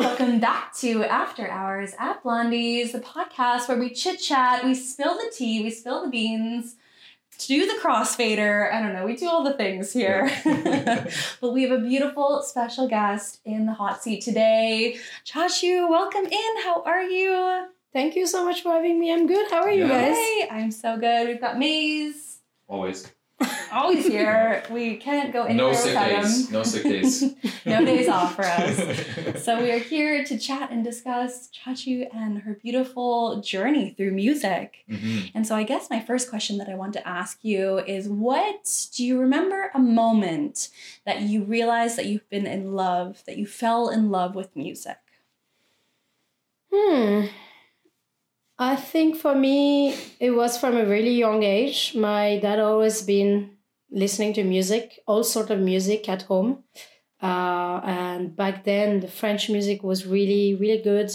welcome back to After Hours at Blondie's, the podcast where we chit chat, we spill the tea, we spill the beans, do the crossfader. I don't know, we do all the things here. Yeah. but we have a beautiful special guest in the hot seat today. Chashu, welcome in. How are you? Thank you so much for having me. I'm good. How are you Yeah. guys? Hey, I'm so good. We've got Maze. Always. Always here. We can't go anywhere No sick without him. days. No sick days. No days off for us. us. So we are here to chat and discuss Chachu and her beautiful journey through music. Mm-hmm, And so I guess my first question that I want to ask you is what do you remember a moment that you realized that you've been in love, that you fell in love with music? Hmm. I think for me, it was from a really young age. My dad always been listening to music, all sort of music at home. Uh, and back then, the French music was really, really good.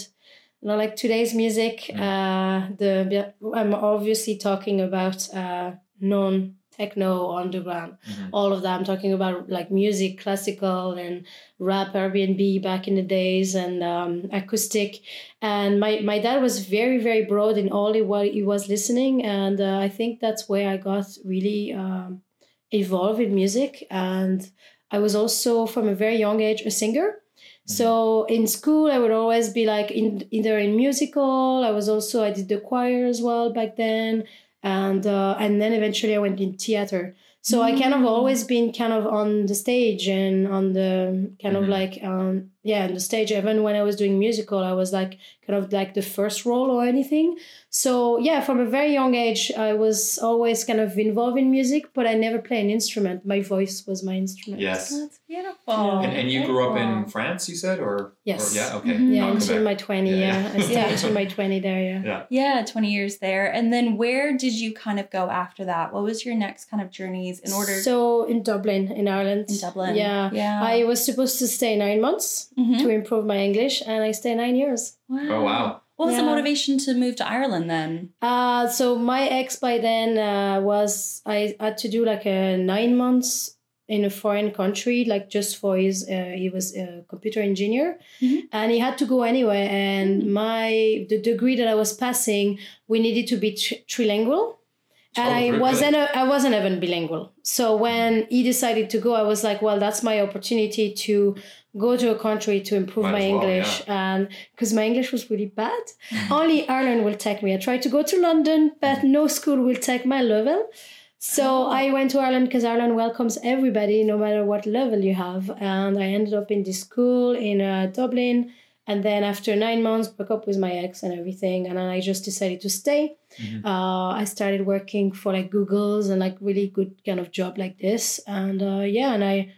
Not like today's music. Uh, the I'm obviously talking about uh, non techno underground. Mhm. all of that. I'm talking about like music, classical and rap, Airbnb back in the days, and um, acoustic. And my, my dad was very, very broad in all he, what he was listening. And uh, I think that's where I got really um, involved in music. And I was also from a very young age a singer. So in school, I would always be like in either in musical. I was also I did the choir as well back then, and uh, and then eventually I went in theater. So I kind of Mm. always been kind of on the stage and on the kind Mhm. of like um, yeah on the stage. Even when I was doing musical, I was like kind of like the first role or anything. So yeah, from a very young age, I was always kind of involved in music, but I never play an instrument. My voice was my instrument. Yes. That's beautiful. Yeah. And, and you grew up in Beautiful. France, you said, or or- Yes. yeah. Okay. Mhm. Yeah, Not until Quebec. my 20, Yeah, yeah. yeah. I stayed Yeah. until my 20 there, yeah. Yeah, 20 years there. And then where did you kind of go after that? What was your next kind of journeys in order So in Dublin, in Ireland. in Dublin? Yeah. Yeah. I was supposed to stay nine months Mhm. to Hmm? improve my English, and I stayed nine years. Oh wow. What was the Yeah. motivation to move to Ireland then? Uh, so my ex by then uh, was, I had to do like a nine months in a foreign country, like just for his, uh, he was a computer engineer, Mm-hmm. Mhm. and he had to go anyway. And my, the degree that I was passing, we needed to be tr- trilingual. Oh, very and I good. wasn't a, I wasn't even bilingual. So when Mm-hmm. he decided to go, I was like, well, that's my opportunity to go to a country to improve Might my as well, English, and because my English was really bad, only Ireland will take me. I tried to go to London, but no school will take my level. So Oh. I went to Ireland because Ireland welcomes everybody, no matter what level you have. And I ended up in this school in uh, Dublin. And then after nine months, broke up with my ex and everything. And then I just decided to stay. Mhm. Uh, I started working for like Google's and like really good kind of job like this. And uh, yeah, and I,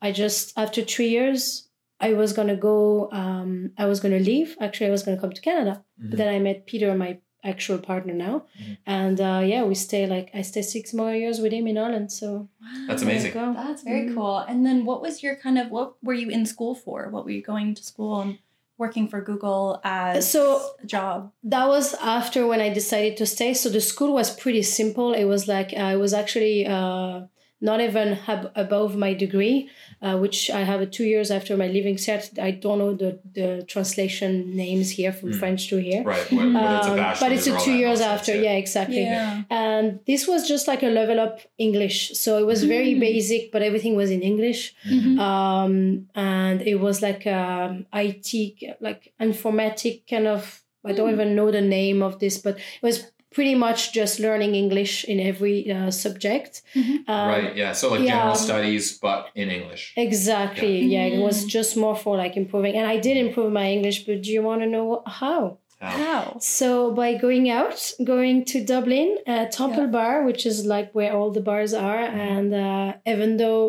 I just after three years, I was gonna go. Um, I was gonna leave. Actually, I was gonna come to Canada. But Mhm. then I met Peter, my actual partner now, Mhm. and uh, yeah, we stay like I stay six more years with him in Ireland. So That's there you amazing. go. That's very Mhm. cool. And then what was your kind of what were you in school for? What were you going to school and working for Google as So- a job? That was after when I decided to stay. So the school was pretty simple. It was like I was actually uh, not even hab- above my degree, uh, which I have two years after my leaving cert. I don't know the, the translation names here from Mm. French to here. Right. When, when it's a Um, bachelor's but it's or a all two that years nonsense, after. Yeah, exactly. Yeah. and Um, this was just like a level up english so it was very Mm. basic but everything was in english Mhm. um, and it was like um, it like informatic kind of i don't Mm. even know the name of this but it was pretty much just learning english in every uh, subject Mhm. Um, right. Yeah. So like yeah. general studies, but in English. exactly yeah. it was Mm. just more for like improving and i did improve my english but do you want to know what, how Wow. Wow. So by going out, going to Dublin, uh, Temple Bar, which is like where all the bars are, Mm-hmm. and uh, even though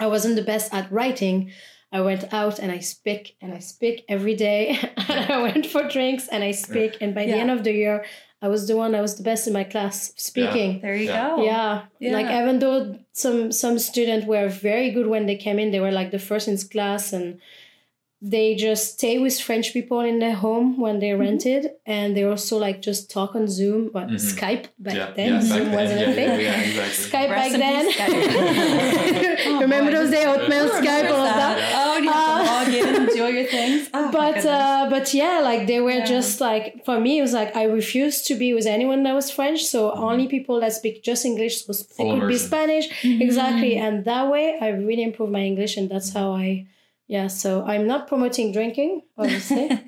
I wasn't the best at writing, I went out and I speak and I speak every day, and I went for drinks and I speak, and by the Yeah. end of the year, I was the one I was the best in my class speaking. There you Yeah. go. Yeah. Oh, Yeah. like even though some some students were very good when they came in, they were like the first in class, and they just stay with French people in their home when they Mhm. rented, and they also like just talk on Zoom, but Mhm. Skype back yeah. then, Yeah, Zoom back then. wasn't yeah, a thing. Yeah, yeah, exactly. Skype Rest in back peace, Skype. then. Oh, Remember boy, those I days, just- Hotmail, Who remembers Skype, all of that. Oh, and you have to Uh, log in, do all your things. Oh, my but goodness. uh, but yeah, like they were Yeah. just like for me, it was like I refused to be with anyone that was French. So only people that speak just English was it Mm-hmm. Full could be immersion. Spanish Mhm. exactly. Mm. And that way, I really improved my English, and that's how I. Yeah, so I'm not promoting drinking, Oh, obviously. only,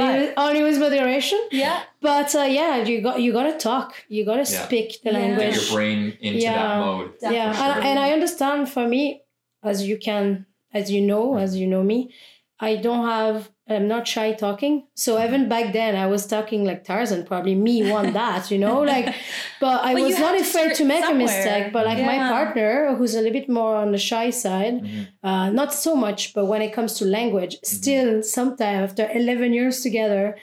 But- with, only with moderation. yeah. But uh, yeah, you got you gotta talk. You gotta Yeah. speak the Yeah. Get language. your brain into that Yeah. mode. Yeah, yeah, for and, sure. and I understand. For me, as you can, as you know, as you know me, I don't have. I'm not shy talking. So Mm-hmm. even back then, I was talking like Tarzan. Probably me want that, you know, like. But I But you was have not to afraid start to make somewhere. a mistake. But like my Yeah. partner, who's a little bit more on the shy side, Mhm. uh, not so much. But when it comes to language, Mm-hmm. still, sometimes after eleven years together,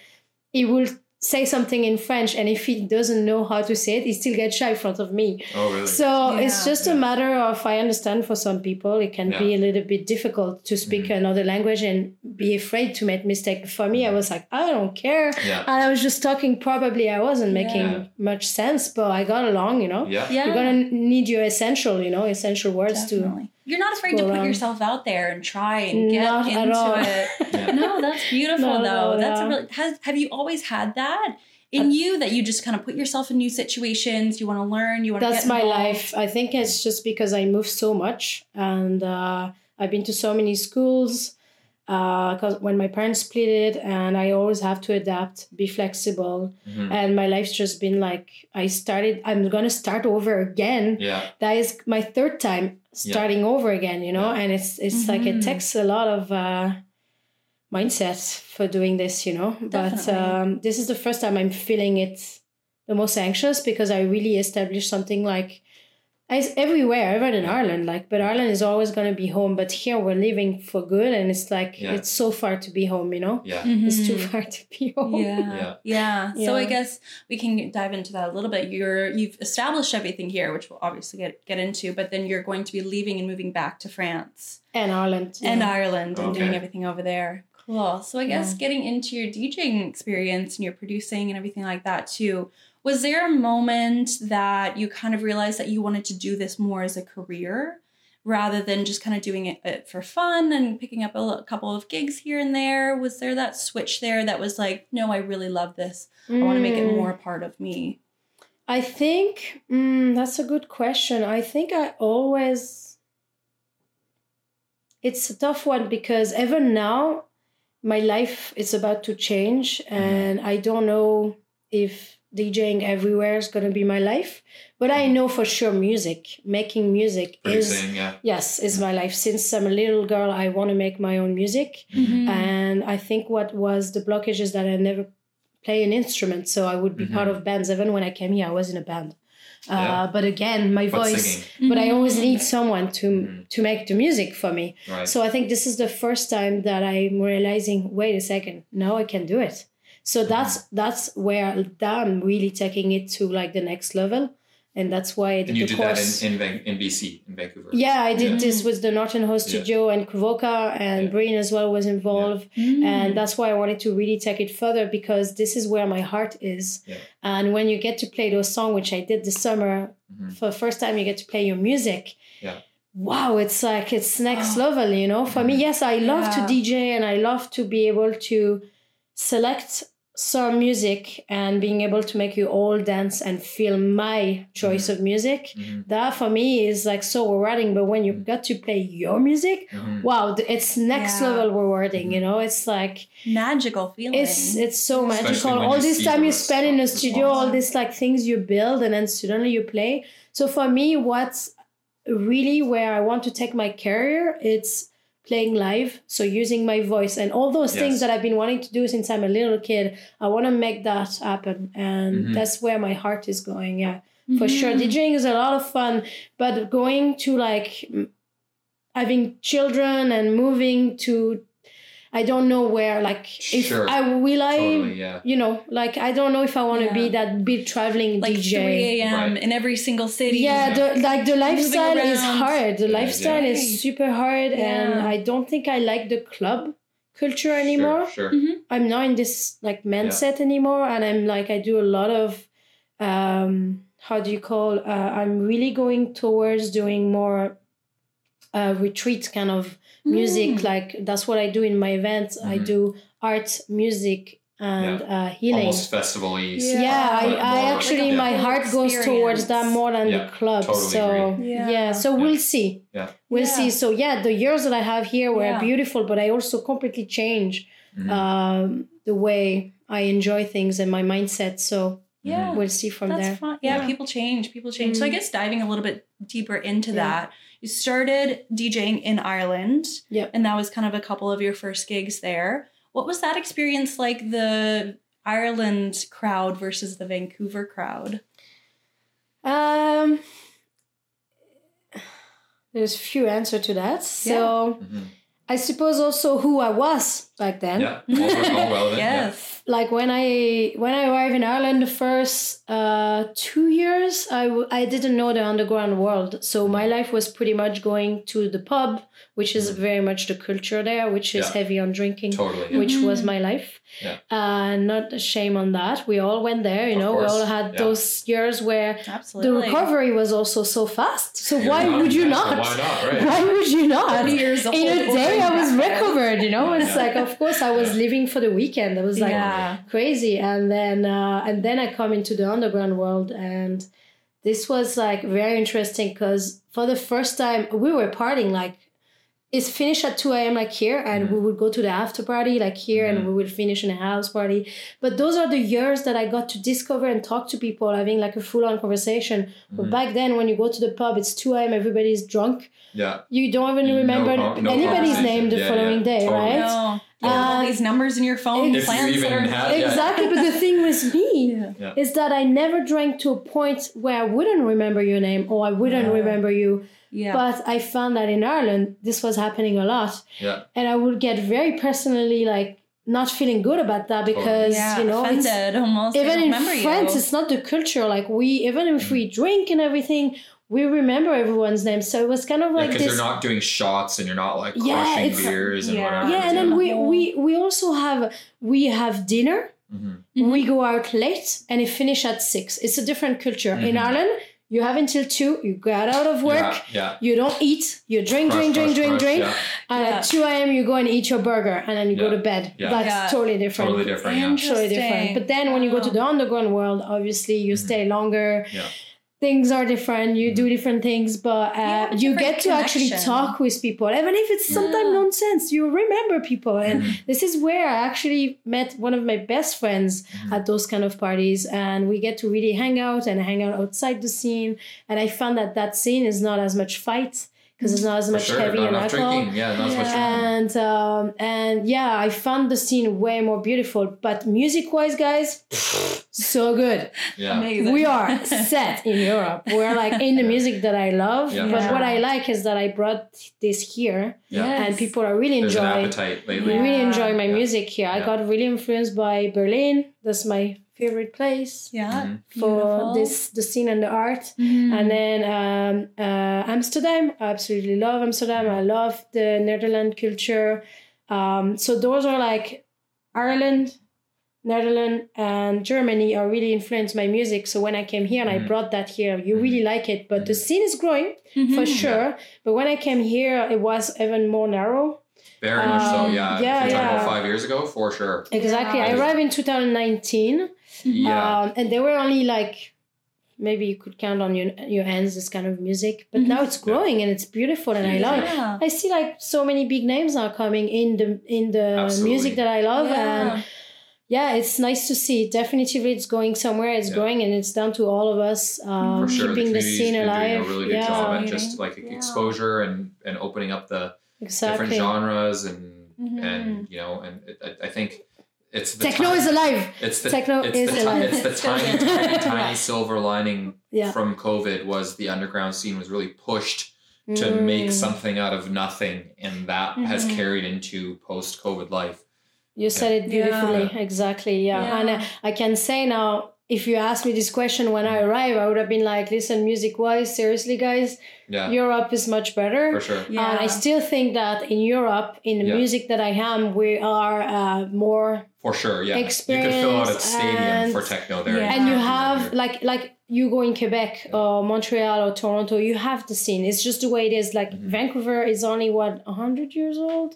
he will say something in French, and if he doesn't know how to say it, he still gets shy in front of me. Oh, really? So it's Yeah. just a Yeah. matter of I understand for some people it can Yeah. Mm-hmm. be a little bit difficult to speak another language and be afraid to make mistake. For me, I was like, I don't care. yeah. And I was just talking probably I wasn't making Yeah. much sense, but I got along, you know. Yeah. Yeah. You're gonna need your essential, you know, essential words Definitely. You're not afraid to go put around. yourself out there and try and get um, Not at into all. it. Yeah. No, that's beautiful No, though. no, that's a yeah. really has have you always had that in you that you just kind of put yourself in new situations, you want to learn, you to want that's to my life. I think it's just because I moved so much and uh, I've been to so many schools. Because when my parents split it, and I always have to adapt, be flexible, Mhm. and my life's just been like i started i'm gonna start over again Yeah. that is my third time starting over again you know Yeah. and it's it's like it Mhm. takes a lot of uh mindset for doing this you know but Definitely. um this is the first time i'm feeling it the most anxious because i really established something like it's everywhere even in Yeah. ireland like but ireland is always going to be home but here we're living for good and it's like Yeah. it's so far to be home you know Yeah. it's too far to be home Mm-hmm. yeah. yeah so Yeah. i guess we can dive into that a little bit you're you've established everything here which we'll obviously get, get into but then you're going to be leaving and moving back to france and ireland and yeah. ireland and doing Okay. everything over there cool so i guess getting into your djing experience and your producing and everything like that too was there a moment that you kind of realized that you wanted to do this more as a career rather than just kind of doing it, it for fun and picking up a lo- couple of gigs here and there was there that switch there that was like no i really love this I want to make it Mm. more a part of me. I think mm, that's a good question. I think I always. It's a tough one because even now, my life is about to change, Mm-hmm. and I don't know if DJing everywhere is going to be my life. But Mm-hmm. I know for sure music, making music is. Producing. Yeah. Yes, is my life. Since I'm a little girl, I want to make my own music Mhm. Mm-hmm. and i think what was the blockage is that i never play an instrument so i would be part of bands even when i came here i was in a band uh, Mm-hmm. Yeah. but again my But voice singing. but i always need someone to Mhm. to make the music for me Right. so i think this is the first time that i'm realizing wait a second now i can do it so Mm-hmm. that's that's where i'm really taking it to like the next level and that's why I did and you the did course. that in, in, Van- in BC, in Vancouver. Yeah, I did Yeah. this with the Norton Host Yeah. Studio and Kuvoka and Yeah. Breen as well was involved. Mm-hmm. And that's why I wanted to really take it further because this is where my heart is. Yeah. And when you get to play those songs, which I did this summer, Mhm. for the first time you get to play your music. Yeah. Wow, it's like it's next level, you know. For me, Mhm. yes, I love to Yeah. DJ and I love to be able to select some music and being able to make you all dance and feel my choice of music Mhm. that for me is like so rewarding but when you got to play your music Mhm. wow th- it's next Yeah. level rewarding Mm-hmm. you know it's like Mm-hmm. magical feeling. it's it's so Especially magical when all you this see time the you spend in the response. studio all these like things you build and then suddenly you play so for me what's really where i want to take my career it's playing live so using my voice and all those things Yes. that i've been wanting to do since i'm a little kid i want to make that happen and Mhm. that's where my heart is going yeah for sure. Mm-hmm. DJing is a lot of fun, but going to like m- having children and moving to I don't know where like if Sure. I will I Totally, yeah. you know like I don't know if I want to be Yeah. that big traveling like 3 DJ. a.m. Right. in every single city. Yeah, the, like the lifestyle is around. hard. The Yeah, lifestyle Right. is super hard, and Yeah. I don't think I like the club culture anymore. Mm-hmm. Sure. sure. Mhm. I'm not in this like mindset anymore, and I'm like I do a lot of um how do you call uh, I'm really going towards doing more uh, retreat kind of music. Mm. Like that's what I do in my events. I Mhm. do art, music, and uh, healing. almost festival y. Yeah. Yeah, Like I, I more like actually a my full heart goes towards that experience. more than Yeah, the club. totally so agree. Yeah. yeah. so Yeah. we'll see. Yeah. We'll Yeah. see. So yeah, the years that I have here were Yeah. beautiful, but I also completely change Mhm. um, the way I enjoy things and my mindset. So Yeah. we'll see from Hmm. That's there. fun. Yeah, Yeah. people change. People change. So I Mm. guess diving a little bit deeper into Yeah. that, you started DJing in Ireland. Yep. And that was kind of a couple of your first gigs there. What was that experience like the Ireland crowd versus the Vancouver crowd? Um, there's few answer to that. So Mhm. I suppose also who I was back then. Yeah. All, all relevant. Oh, Yeah. yes. like when I when I arrived in Ireland the first uh, two years I, w- I didn't know the underground world so my life was pretty much going to the pub which is Mhm. very much the culture there which is Yeah. heavy on drinking Totally. Yeah. which was Mhm. my life Mm. Yeah. uh, not a shame on that we all went there you Of know course, we all had yeah. those years where the Absolutely. recovery was also so fast so why Yeah, would you yeah, so not Why not? Right. why would you not 30 years old. in a day I was recovered, you know. It's Yeah. like, of course, I was living for the weekend. I was like yeah. crazy, and then uh, and then I come into the underground world, and this was like very interesting because for the first time we were partying like. It's finished at 2 a.m. like here, and Mm-hmm. we would go to the after party like here, Mhm. and we would finish in a house party. But those are the years that I got to discover and talk to people, having like a full on conversation. But Mhm. back then, when you go to the pub, it's 2 a.m., everybody's drunk, Yeah. you don't even No remember con- no anybody's conversation. name the Yeah, following yeah, day, totally. right? No. You have all Uh, these numbers in your phone, If you plans that even are had- Yeah. Exactly. But the thing with me Yeah. Yeah. is that I never drank to a point where I wouldn't remember your name or I wouldn't Yeah. remember you. Yeah. But I found that in Ireland, this was happening a lot. Yeah. And I would get very personally like not feeling good about that Totally. because, yeah, you know, it's, offended almost. They even don't in remember France, you. it's not the culture. Like we, even if Mm. we drink and everything, we remember everyone's name. So it was kind of like Because this. you're not doing shots and you're not like Yeah, crushing it's- beers and yeah. whatever. yeah, and then Yeah. we, we we also have we have dinner. Mhm. Mhm. We go out late and it finish at six. It's a different culture. In Mhm. Ireland, you have until two. You get out of work. Yeah. yeah. You don't eat. You drink, Crush, drink, drink, crush, drink, crush, drink. yeah. And Yeah. at two a.m. you go and eat your burger, and then you go Yeah. to bed. Yeah. That's Yeah. totally different. Totally different. Yeah. Totally different. But then when you go to the underground world, obviously you Mhm. stay longer. Yeah. Things are different. You do Mhm. different things, but uh, have a you, different get to actually connection. talk with people, even if it's sometimes Yeah. nonsense. You remember people, and Mhm. this is where I actually met one of my best friends Mhm. at those kind of parties, and we get to really hang out and hang out outside the scene. And I found that that scene is not as much fight because it's not as For much sure. heavy Not and enough alcohol. drinking. Yeah. Not as much Yeah. drinking. And um, and yeah, I found the scene way more beautiful. But music wise, guys, so good. Yeah. Amazing. We are set in Europe. We're like in the music that I love. Yeah. But what Yeah. I like is that I brought this here, Yeah. and people are really There's an enjoying. appetite I lately. really Yeah. enjoy my Yeah. music here. I Yeah. got really influenced by Berlin. That's my favorite place yeah. Mhm. for beautiful. this the scene and the art. Mhm. And then um, uh, Amsterdam, I absolutely love Amsterdam. I love the Netherlands culture. Um, so those are like Ireland, Netherlands, and Germany are really influenced my music. So when I came here and I Mhm. brought that here, you Mhm. really like it. But the Mhm. scene is growing Mhm. for sure. But when I came here, it was even more narrow. Very much so. Um, Yeah. yeah, if you're talking yeah. about five years ago, for sure. Exactly. I Yeah. arrived in 2019. Yeah. Um, and there were only like maybe you could count on your your hands this kind of music. But Mm-hmm. Mhm. now it's growing and it's beautiful and I Yeah. love. it. Yeah. I see like so many big names are coming in the in the Absolutely. music that I love and Yeah. yeah, it's nice to see. Definitely, it's going somewhere. It's Yeah. growing and it's down to all of us um, for sure, keeping the, the community's scene been alive. doing a really good yeah, job at Yeah. just like Yeah. exposure and and opening up the different exactly. Hmm. genres and Mhm. and you know and it, I, I think it's the Techno time, is alive. it's the techno it's is the, alive. It's the Still tiny good. tiny, tiny Yeah. silver lining Yeah. from COVID was the underground scene was really pushed to make Mm. something out of nothing, and that has Hmm. Mhm. carried into post COVID life. You said it Yeah. beautifully. Exactly. Yeah. Yeah. And uh, I can say now if you asked me this question when I arrived, I would have been like, listen, music wise, seriously, guys, Yeah, Europe is much for better. sure. Yeah. And I still think that in Europe, in the Yeah. music that I am, we are uh, more, For sure. Yeah. you could fill out a Experience stadium and- for techno there. Yeah. and you in have Vancouver. like like you go in Quebec or Montreal or Toronto, you have the scene. It's just the way it is. Like Mhm. Vancouver is only what hundred years old.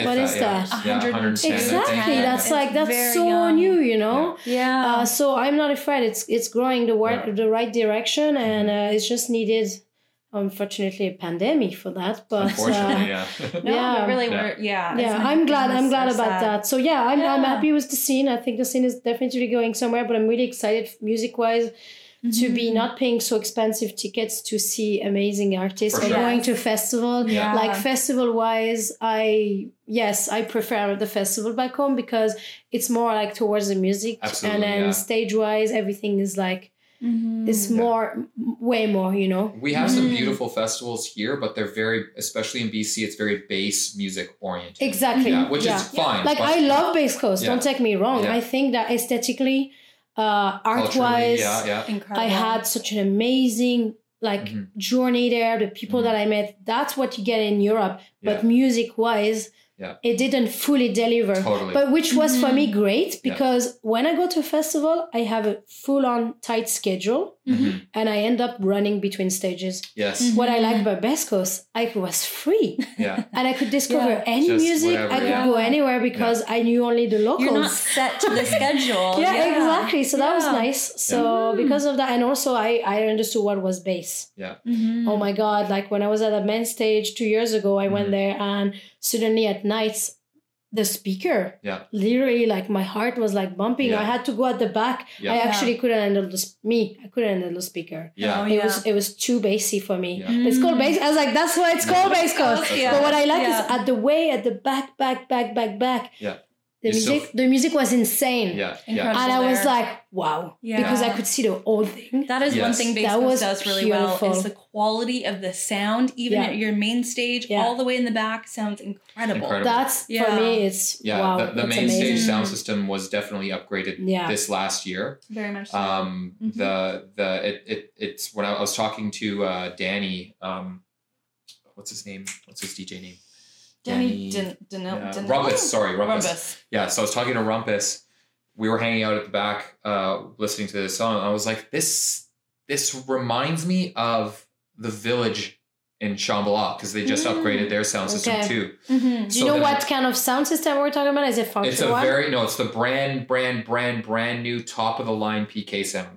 If what is that? Yeah, yeah, 110, I think, Exactly. yeah. That's It's like that's very so young. new, you know. yeah. Uh, so I'm not afraid. It's it's growing the right, Yeah. Mm-hmm. the right direction, and uh, it's just needed, unfortunately, a pandemic for that. But Unfortunately, uh, yeah. no, yeah. but really, Yeah. we're yeah. yeah, I'm glad. I'm glad about that. So yeah, I'm I'm Yeah. happy with the scene. I think the scene is definitely going somewhere. But I'm really excited, music wise, to be Mm-hmm. not paying so expensive tickets to see amazing artists For or sure. going to a festival. Yeah. Uh-huh. Like festival wise, I yes, I prefer the festival back home because it's more like towards the music, Absolutely, and then yeah. stage wise, everything is like Mm-hmm. it's Yeah. more m- way more you know We have some Mm. beautiful festivals here, but they're very, especially in BC, it's very bass music oriented. exactly Yeah, which Yeah. is fine. like but- i love bass coast Yeah. don't take me wrong Yeah. i think that aesthetically uh art culturally, wise Yeah, yeah. incredible. i had such an amazing like Mhm. journey there the people Mhm. that i met that's what you get in europe but music wise Yeah. it didn't fully deliver yeah, totally. But which was for me Mhm. great Yeah. because when I go to a festival, I have a full on tight schedule Mhm. and I end up running between stages. Yes. Mhm. What I like about Bescos, I was free. Yeah. and I could discover Yeah. any Just music. whatever, I could yeah. go anywhere because I knew only the locals. You're not set to the schedule. yeah, exactly. So that was Yeah. nice. So Mhm. because of that, and also I I understood what was bass. Mhm. Oh my Mm. god! Like when I was at the main stage two years ago, I went Mhm. there and suddenly at nights, the speaker. Yeah. Literally, like my heart was like bumping. Yeah. I had to go at the back. Yeah. I Yeah. actually couldn't handle the sp- me. I couldn't handle the speaker. Oh, Yeah. yeah. It was it was too bassy for me. Yeah. It's called Mm. bass. I was like, that's why it's called bass coast. Yeah. But what I like Yeah. is at the way, at the back, back, back, back, back. Yeah. The It's so- music, the music was insane. Yeah. Yeah. Incredible. And I was There. like, wow, Yeah. because I could see the whole thing. That is one Yes. thing That was Basecamp does really well beautiful. is the quality of the sound, even Yeah. at your main stage, Yeah. all the way in the back, sounds incredible. Incredible. That's Yeah. for me. It's Yeah. wow. the the that's main amazing. stage sound system was definitely upgraded Yeah. this last year. Very much so. Um, Mm-hmm. Mhm. the the it, it it's when I was talking to uh, Danny. Um, what's his name? What's his DJ name? Danny Dan- Dan- yeah, Dan- oh, Rumpus. Sorry, Rumpus. Rumpus. yeah so i was talking to rumpus we were hanging out at the back uh listening to this song i was like this this reminds me of the village in Shambhala because they just Mm. upgraded their sound system Okay. too. Mhm. Do you So know then what kind of sound system we're talking about? Is it function It's a one? very no, it's the brand, brand, brand, brand new top of the line PK sound,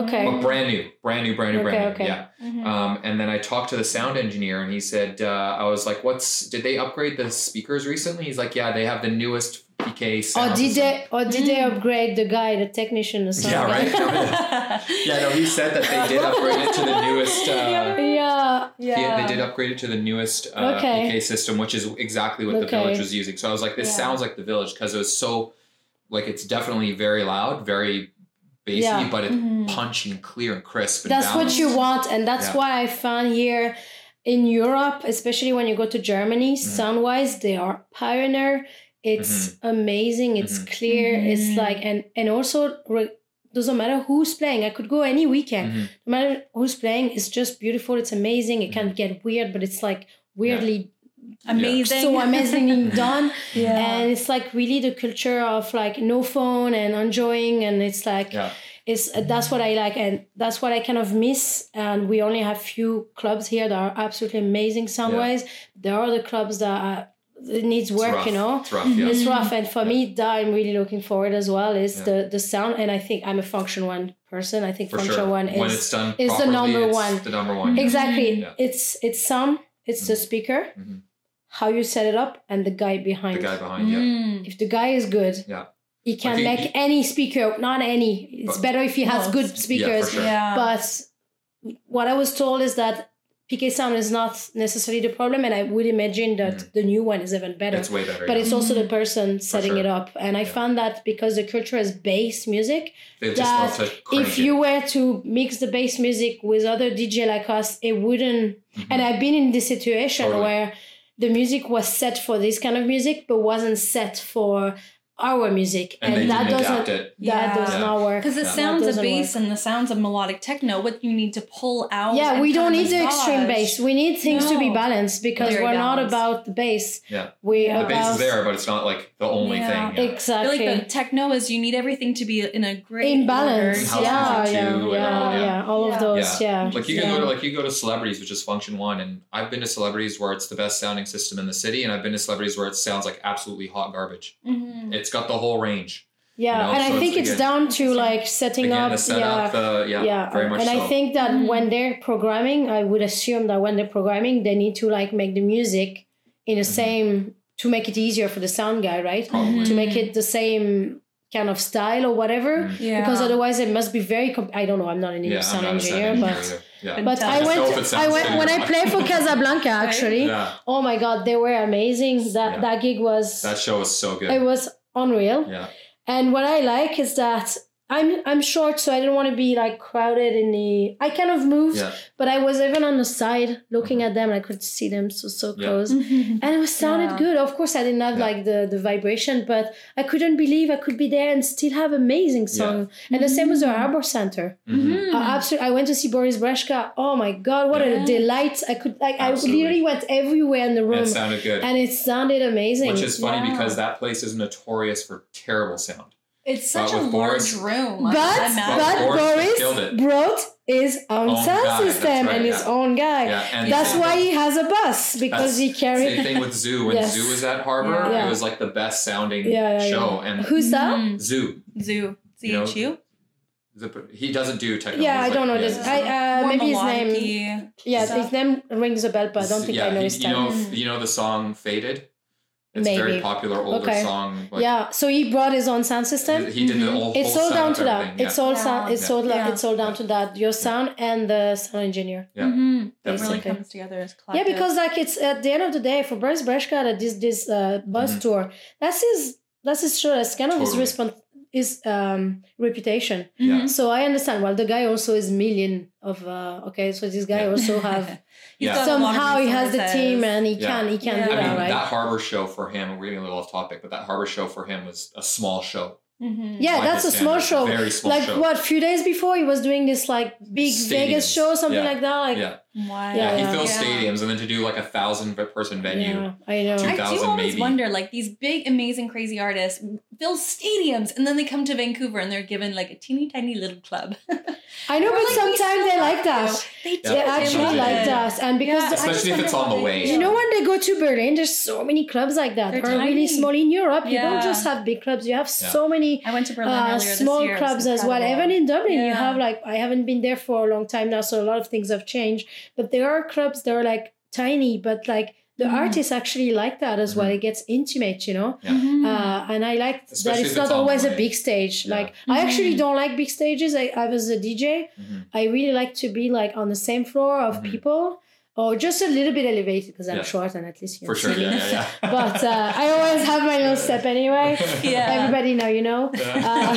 okay. but brand new, brand new, brand new, brand Okay, new. okay. Yeah. Mhm. Mm-hmm. Um, and then I talked to the sound engineer, and he said, uh, "I was like, what's? Did they upgrade the speakers recently?" He's like, "Yeah, they have the newest PK sound." or Oh, did system." they or did they Mm. upgrade the guy, the technician or something? Yeah, Yeah, no, he said that they did upgrade it to the newest. Uh, yeah. he- yeah. they did upgrade it to the newest uh, Okay. PK system, which is exactly what the Okay. village was using. So I was like, this Yeah. sounds like the village because it was so, like, it's definitely very loud, very bassy, Yeah. Mm-hmm. but it's Mhm. punchy and clear and crisp. And that's what balanced. you want and that's Yeah. why i found here in europe especially when you go to germany sound wise they are pioneer it's amazing it's clear it's Mhm. like and and also re- doesn't matter who's playing i could go any weekend Mhm. no matter who's playing it's just beautiful it's amazing it can get weird but it's like weirdly Amazing. so amazingly done yeah. and it's like really the culture of like no phone and enjoying and it's like Yeah. it's that's what i like and that's what i kind of miss and we only have few clubs here that are absolutely amazing sound Yeah. wise there are the clubs that are it needs It's work rough. you know Mm-hmm. It's rough, yeah. it's rough and for me that i'm really looking forward as well is Yeah. the the sound and i think i'm a function one person i think For function sure. one when is it's done is the properly, number it's one. The number one. yeah. exactly Yeah. it's it's sound it's the speaker Mhm. how you set it up and the guy behind The guy behind you. Mm-hmm. Mm. if the guy is good, Yeah. he can Like he- make he- any speaker, not any. It's But- Um, better if he has No. good Yeah, for speakers. sure. Yeah. But what I was told is that PK sound is not necessarily the problem, and I would imagine that the new one is even better. Mm-hmm. It's way better. but yeah. it's also the person setting sure. it up, and I Yeah. found that because the culture is bass music, they just love that to crank if it. you were to mix the bass music with other DJ like us, it wouldn't. Mhm. And I've been in this situation Totally. where the music was set for this kind of music, but wasn't set for our music, and, they that didn't doesn't adapt it. that Yeah. does not work. Because the Yeah. sounds of Doesn't bass and the sounds of melodic techno, what you need to pull out. Yeah, and we don't kind of need the extreme massage. bass. We need things to be No. balanced because Very we're not balanced. about the bass. Yeah. we The The about bass is there, but it's not like the only Yeah. thing. yeah. I feel exactly like the techno is you need everything to be in a great in And balance. house order. Yeah, music yeah, too, and yeah, all, yeah. yeah, all Yeah. of those. Yeah, Like you can Yeah. go to like you go to celebrities, which is function one, and I've been to celebrities where it's the best sounding system in the city, and I've been to celebrities where it sounds like absolutely hot garbage. Mm. Mhm. It's got the whole range. yeah, You know, and so I it's think it's again- down to like setting Again, up. the setup, yeah. the yeah, very much and so. I think that Mhm. when they're programming, I would assume that when they're programming, they need to like make the music in the Mhm. same to make it easier for the sound guy, right? Probably. To Mm. make it the same kind of style or whatever. Mhm. Yeah. Because otherwise, it must be very. Comp- I don't know. I'm not an yeah, I'm not a sound sound engineer, engineer but either. yeah. It but I does. Just went. know if it I sounds went good when or I not. played for Casablanca. Actually, yeah, oh my god, they were amazing. That Yeah. that gig was that show was so good. it was unreal. yeah, And what I like is that I'm I'm short, so I didn't want to be like crowded in the. I kind of moved, yeah, but I was even on the side looking Mhm. at them. I could see them so so Yeah. close. Mm-hmm. And it was sounded Yeah. good. Of course, I didn't have Yeah. like the, the vibration, but I couldn't believe I could be there and still have amazing song. And the same was the Arbor Center. Mhm. Uh, Mhm. absolutely, I went to see Boris Breshka. Oh my God, what Yeah. a delight! I could like Absolutely. I literally went everywhere in the And room, it sounded good, and it sounded amazing. which is funny yeah. because that place is notorious for terrible sound. It's But such a with large Boris- room. but I Well, imagine. but Boris Boris killed it. brought his own, Own sound guy, that's system right, and his yeah. own guy. Yeah, and That's same- why he has a bus because That's- he Same carried. thing with Zoo. When Yes. Zoo was at Harbor, Yeah. it was like the best sounding Yeah, yeah, show. And Who's that? Mhm. Zoo, Zoo. You know, ZHU. the, he doesn't do techno. Yeah, I music. don't know He this. does I, uh, More maybe his name. melodic-y. Yeah, stuff. his name rings a bell, but I don't think yeah, I know he- his you name. know, Mm. you know the song "Faded." It's a Maybe. very popular older Okay. song. Like, yeah, so he brought his own sound system. He did the Mhm. whole. it's whole all down sound to that. everything, It's yeah. all Yeah. sound. It's all Yeah. like it's all down to that. Your sound and the sound engineer. Yeah, Mhm. It definitely. really comes together as Yeah, collective. because like it's at the end of the day for Boris Breshka that this this uh, bus tour. That's his. That's his show. That's kind of Mm-hmm. Totally. Mm-hmm. his response. His um, reputation. Yeah. Mhm. So I understand. Well, the guy also is million of. Uh, okay, so this guy also have He's Yeah. got a lot of somehow he has the resources. team and he Yeah. can he can Yeah. do I that mean, right. that Harbor show for him. We're getting a little off topic, but that Harbor show for him was a small show. Mhm. yeah, by that's a his small standards, show. Very small like show. what? Few days before he was doing this like big Vegas Stadiums. show, something Yeah. like that. Like yeah, Wow. yeah, yeah, He fills Yeah. stadiums, and then to do like a thousand person venue. Yeah, I know. I 2000 do always maybe. wonder, like these big, amazing, crazy artists fill stadiums, and then they come to Vancouver and they're given like a teeny tiny little club. I know, We're but like, we sometimes still they love like that. you. They do. They actually sometimes they like do. that, and because Yeah, I the- Especially just if it's wonder on how the they way. do you it. know when they go to Berlin, there's so many clubs like that. They're Or really tiny. small in Europe, you Yeah. don't just have big clubs. You have Yeah. so many. I went to Berlin Uh, earlier this small year. It was clubs as well. incredible. Even in Dublin, you Yeah. have like I haven't been there for a long time now, so a lot of things have changed. But there are clubs that are like tiny, but like the Mhm. artists actually like that as well. Mhm. It gets intimate, you know. Yeah. Mhm. Uh, and I like that Especially if it's it's not on always a play. big stage. Yeah. Like I actually Mhm. don't like big stages. I, I was a DJ. Mhm. I really like to be like on the same floor of Mhm. people or just a little bit elevated because I'm Yeah. short and at least you For can sure. see me. Yeah, yeah, yeah. But uh, I always have my little step anyway. Yeah. Everybody know, you know. Uh,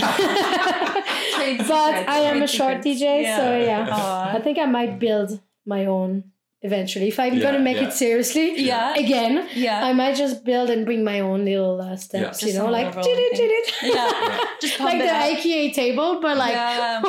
Trade but secrets, I am trade a short secrets. DJ, so Yeah. yeah. I Aw. think I might build my own eventually. If I'm Yeah, gonna make yeah. it seriously Yeah. again, Yeah. I might just build and bring my own little uh, steps, Just you know, some like little did it, did Yeah. it. Just pump like the it up. IKEA table, but like Yeah.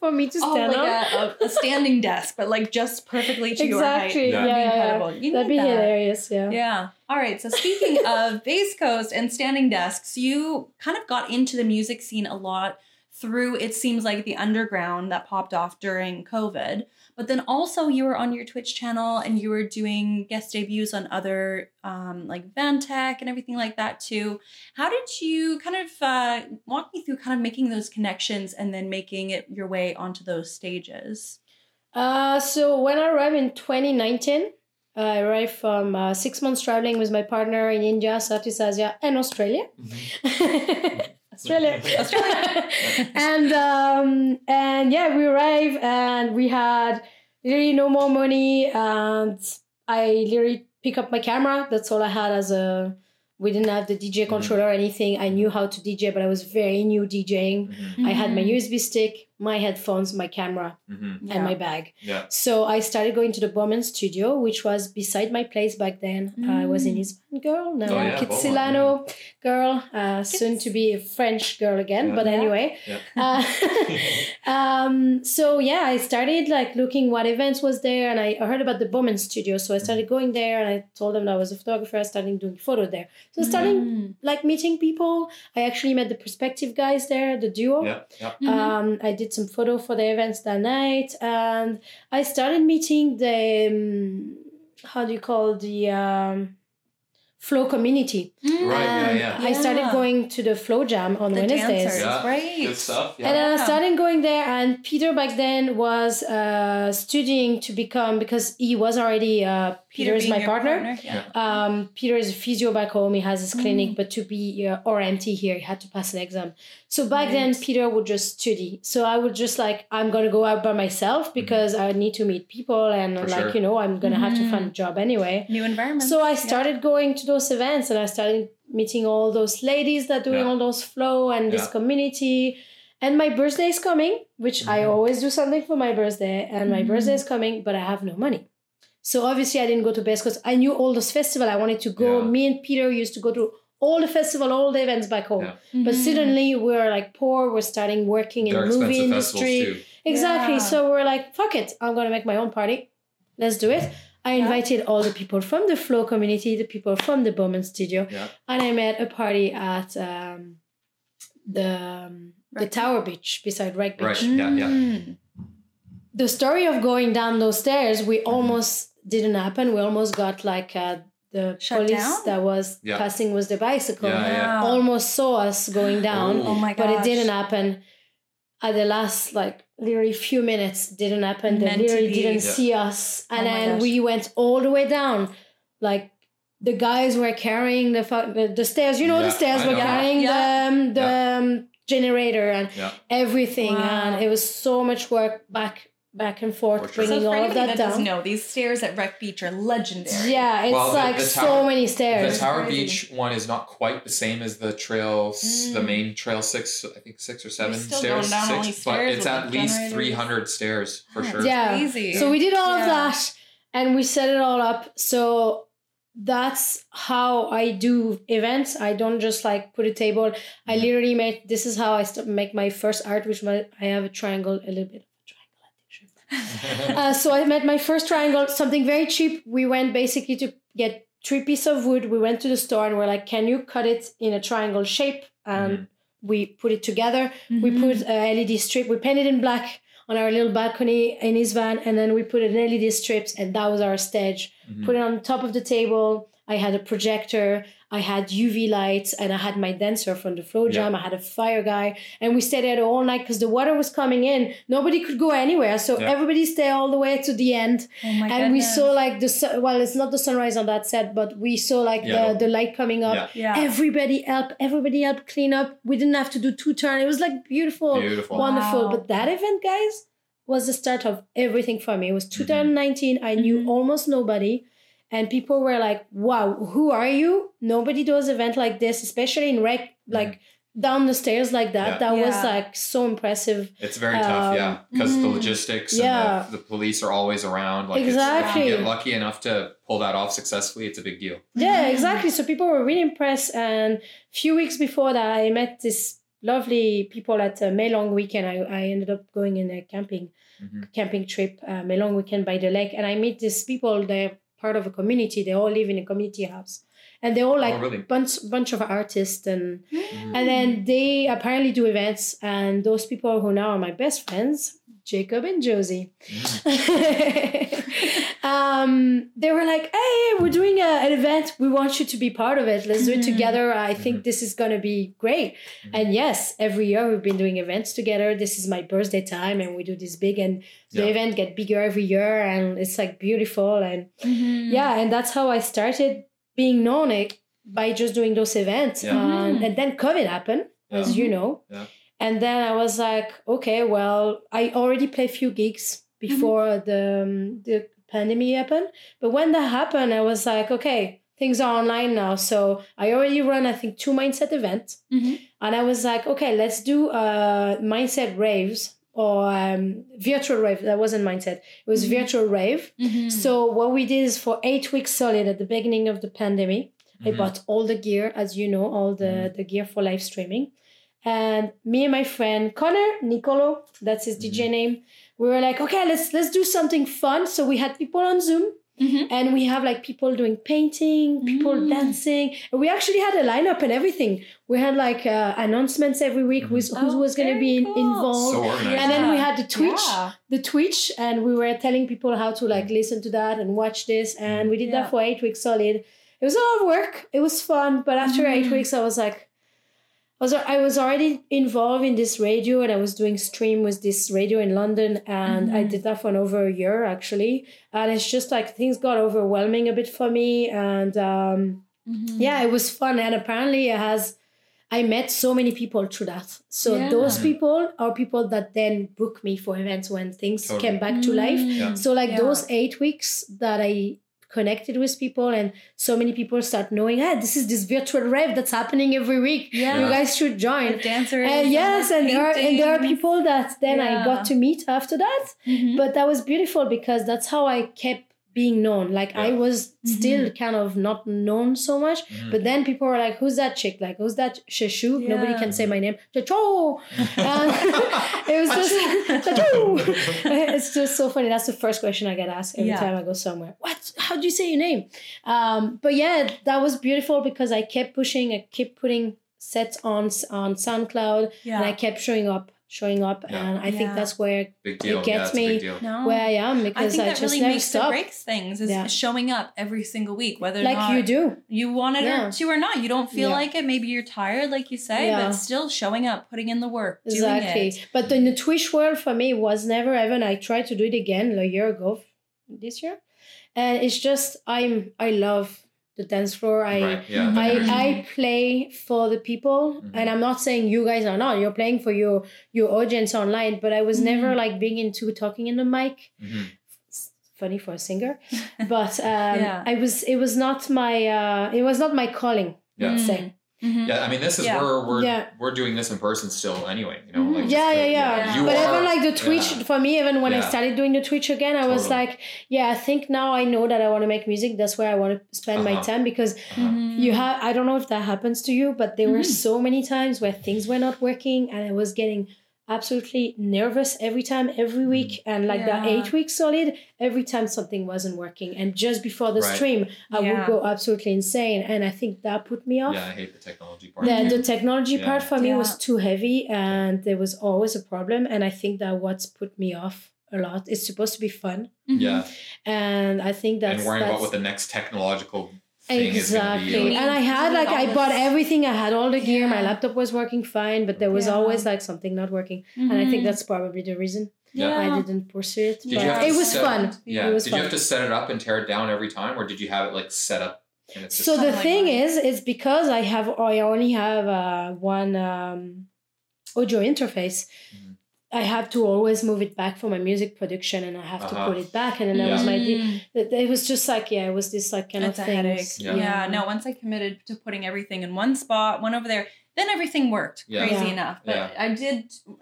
for me to Oh, stand like on. a, a, a standing desk, but like just perfectly to Exactly. your Yeah. height. Yeah, yeah, yeah. incredible. You That'd need be that. hilarious. Yeah. Yeah. All right. So speaking of Base Coast and standing desks, you kind of got into the music scene a lot through it seems like the underground that popped off during COVID. But then also you were on your Twitch channel and you were doing guest debuts on other um, like Vantech and everything like that too. How did you kind of uh, walk me through kind of making those connections and then making it your way onto those stages? Uh, so when I arrived in 2019, I arrived from uh, six months traveling with my partner in India, Southeast Asia, and Australia. Mm-hmm. Australia. Australia. and um, and yeah, we arrived and we had really no more money, and I literally pick up my camera. That's all I had as a. We didn't have the Mm-hmm. DJ controller or anything. I knew how to DJ, but I was very new DJing. I had my USB stick. my headphones, my camera, Mm-hmm. Yeah. and my bag. Yeah. So I started going to the Bowman Studio, which was beside my place back then. I was an Mm. Hispanic girl, now Oh, I'm yeah, Kitsilano girl, uh, soon to be a French girl again. Yeah. But Yeah. anyway, Yeah. uh, um, so yeah, I started like looking what events was there, and I heard about the Bowman Studio, so I started Mm. going there, and I told them that I was a photographer. I started doing photo there, so starting Mm. like meeting people. I actually met the Perspective guys there, the duo. Yeah. Yeah. Mhm. Um, I did some photo for the events that night, and I started meeting the um, how do you call the um, flow community. Right, yeah, And yeah. I started Um, Yeah. going to the flow jam on The Wednesdays. dancers, Yeah. right? Good stuff. Yeah. And then I Yeah. started going there, and Peter back then was uh, studying to become because he was already uh, Peter, is being my your partner. Yeah. Um, Peter is a physio back home. He has his clinic, Mm. but to be uh, RMT here, he had to pass an exam. So back then, Right. Peter would just study. So I would just like, I'm gonna go out by myself because I need to meet people, and For like sure. you know, I'm gonna have to Mhm. find a job anyway. New environment. So I started going to those events, and I started meeting all those ladies that doing Yeah. all those flow and this Yeah. community. And my birthday is coming, which I Mhm. always do something for my birthday, and my Mm-hmm. Mhm. birthday is coming, but I have no money. So obviously I didn't go to best because I knew all those festival. I wanted to go. Yeah. Me and Peter used to go to all the festival, all the events back home. Yeah. Yeah. But Mhm. suddenly we are like poor. We're starting working in They're movie expensive festivals industry. too. Exactly. Yeah. So we're like, fuck it. I'm gonna make my own party. Let's do it. I Yeah. invited all the people from the Flow community, the people from the Bowman Studio, Yeah. and I met a party at um, the um, the Right. Tower Beach beside Wreck Beach Right. Yeah, yeah. Mm. the story of going down those stairs we Mm-hmm. almost didn't happen we almost got like uh, the Shut police down? that was Yeah. passing with the bicycle Yeah, yeah. Wow. almost saw us going down Ooh. Oh my god. but it didn't happen at the last like literally few minutes didn't happen they Meant to literally be. didn't Yeah. see us and Oh my then gosh. we went all the way down like the guys were carrying the fu- the, the stairs you know the Yeah, stairs I were know. Yeah, carrying yeah. the, um, the um, generator and Yeah. everything Wow. and it was so much work back back and forth For sure. So bringing for all of anybody that that doesn't down know, these stairs at Wreck Beach are legendary. yeah it's Well, the- like the so tower- many The stairs Tower Crazy. Beach one is not quite the same as the trail, s the Mm. main trail six, I think six or seven still going stairs, down all six, these but stairs it's with at the least generators. three hundred stairs for That's sure. Yeah. Crazy. So we did all of Yeah. that and we set it all up. So that's how I do events. I don't just like put a table. I Mhm. literally made this is how I st- make my first art, which my, I have a triangle, a little bit of a triangle addiction. Mm-hmm. Uh, so I made my first triangle, something very cheap. We went basically to get three pieces of wood. We went to the store and we're like, can you cut it in a triangle shape? And Mhm. we put it together. We Mhm. Mm-hmm. put a LED strip. We painted in black on our little balcony in his van, and then we put an LED strips, and that was our stage. Mhm. Put it on top of the table. I had a projector. I had UV lights, and I had my dancer from the flow Yeah. jam. I had a fire guy, and we stayed there all night because the water was coming in. Nobody could go anywhere, so Yeah. everybody stayed all the way to the end. Oh my and we goodness. saw like the sun- well, it's not the sunrise on that set, but we saw like Yeah. the, the light coming up. Yeah. yeah. Everybody help, everybody help clean up. We didn't have to do two turn. It was like beautiful, Beautiful. wonderful. Wow. But that event, guys, was the start of everything for me. It was Mm-hmm. 2019. I knew Mhm. almost nobody. And people were like, wow, who are you? Nobody does event like this, especially in rec, like down the stairs like that. That was Mm-hmm. Yeah. like so impressive. It's very tough, yeah, because the Um, mm, logistics yeah. and the, the police are always around. Like it's- Exactly. if you get lucky enough to pull that off successfully, it's a big deal. Yeah, Mhm. exactly. So people were really impressed. And few weeks before that, I met this lovely people at a Melong weekend. I, I ended up going in a camping Mhm. camping trip, um, a long weekend by the lake, and I meet these people. They're part of a community. They all live in a community house, and they're all like oh, really? bunch bunch of artists, and Mm-hmm. Mhm. and then they apparently do events. And those people who now are my best friends, Jacob and Josie, Mhm. Mm-hmm. um, they were like, "Hey, we're doing a, an event. We want you to be part of it. Let's do it Mm-hmm. Mhm. together. I think this is gonna be great." Mhm. And yes, every year we've been doing events together. This is my birthday time, and we do this big, and the Yeah. event get bigger every year, and it's like beautiful, and Mhm. yeah, and that's how I started being known like, by just doing those events, Yeah. and, Mhm. and then COVID happened Yeah. as you know. Yeah. And then I was like, okay, well, I already played few gigs before the um, the pandemic happened. But when that happened, I was like, okay, things are online now. So I already run, I think, two mindset events. Mhm. And I was like, okay, let's do uh, mindset raves or um, virtual rave. That wasn't mindset. It was Mhm. virtual rave. Mhm. So what we did is for eight weeks solid at the beginning of the pandemic, Mm-hmm. I Mm-hmm. bought all the gear, as you know, all the, the gear for live streaming. And me and my friend Connor, Nicolo, that's his Mm-hmm. DJ name, we were like, okay, let's let's do something fun. So we had people on Zoom Mhm. and we have like people doing painting, people Mm. dancing. And we actually had a lineup and everything. We had like uh, announcements every week who's, who Oh, was going to very be in, cool. involved. so organized. and then we had the Twitch Yeah. the Twitch and we were telling people how to like listen to that and watch this and we did Yeah. that for eight weeks solid. It was a lot of work. It was fun, but after eight Mhm. weeks, I was like, I was I was already involved in this radio and I was doing stream with this radio in London and I Mhm. did that for an over a year actually. And it's just like things got overwhelming a bit for me and um, Mhm. yeah it was fun and apparently it has i met so many people through that so Yeah. those people are people that then book me for events when things Totally. came back to life Mm. Yeah. so like Yeah. those eight weeks that i connected with people and so many people start knowing ah this is this virtual rave that's happening every week Yeah. you guys should join With dancers. and yes and there, are, and there are paintings. people that then i got Yeah. to meet after that Mhm. but that was beautiful because that's how i kept being known like i Yeah. was Mm-hmm. still kind of not known so much Mm. Mm-hmm. but then people were like, "Who's that chick? Like, who's that Sheshu? Nobody Yeah. can say my name." Chacho. It was just Chacho. it's just so funny. That's the first question I get asked every Yeah. time I go somewhere. What? How do you say your name? Um, but yeah, that was beautiful because I kept pushing. I kept putting sets on on SoundCloud, yeah. and I kept showing up, showing up, Yeah. and I Yeah. think that's where big deal. It yeah, gets it's a me. big deal. no. where I am I because think I, that just really never makes or stop. breaks things is Yeah. showing up every single week, whether or Like not you do. you wanted Yeah. or to or not. You don't feel Yeah. like it. Maybe you're tired, like you say, Yeah. but still showing up, putting in the work, doing Exactly. it. But in the Twitch world for me was never even I tried to do it again a year ago this year. And it's just I'm I love the dance floor. I right. Yeah. the I, energy. I play for the people Mhm. and I'm not saying you guys are not. You're playing for your your audience online, but I was never Mhm. like being into talking in the mic. Mhm. It's funny for a singer. but um Yeah. I was it was not my uh it was not my calling, Yeah. let's say. Mhm. Yeah, I mean, this is Yeah. where we're Yeah. Mm-hmm. we're doing this in person still, anyway. You know, Mhm. like Yeah, just yeah, the- yeah. Yeah. You but are, even like the Twitch yeah. for me, even when I Yeah. started doing the Twitch again, I was Totally. like, yeah, I think now I know that I want to make music. That's where I want to spend my Uh-huh. time because Uh-huh. Mhm. you have. I don't know if that happens to you, but there were Mhm. so many times where things were not working, and I was getting absolutely nervous every time, Mm. every week, and like that Yeah. eight weeks solid, every time something wasn't working, and just before the Right. stream, I Yeah. would go absolutely insane, and I think that put me off Yeah, I hate the technology part. the, too. the technology Yeah. part for me was Yeah. too heavy and there was always a problem and i think that what's put me off a lot it's supposed to be fun Mhm. yeah, and i think that's and worrying Mm-hmm. that's about what the next technological thing is going to exactly be. Like, and i had Doing like i all bought this- everything i had all the gear my Yeah. laptop was working fine but there was Yeah. always like something not working and i think Mhm. that's probably the reason Yeah. i didn't pursue it Did you but have to it was set- fun yeah, it was did fun you have to set it up and tear it down every time, or did you have it like set up? And it's just, so the Oh my thing God. is it's because i have i only have uh, one um, audio interface Mhm. i have to always move it back for my music production and i have Uh-huh. to pull it back and then that was my de- Mhm. it it was just like yeah it was this like kind It's a of thing headache. Yeah. No, once I committed to putting everything in one spot, one over there, then everything worked. Yeah. Crazy Yeah. enough. But Yeah. I did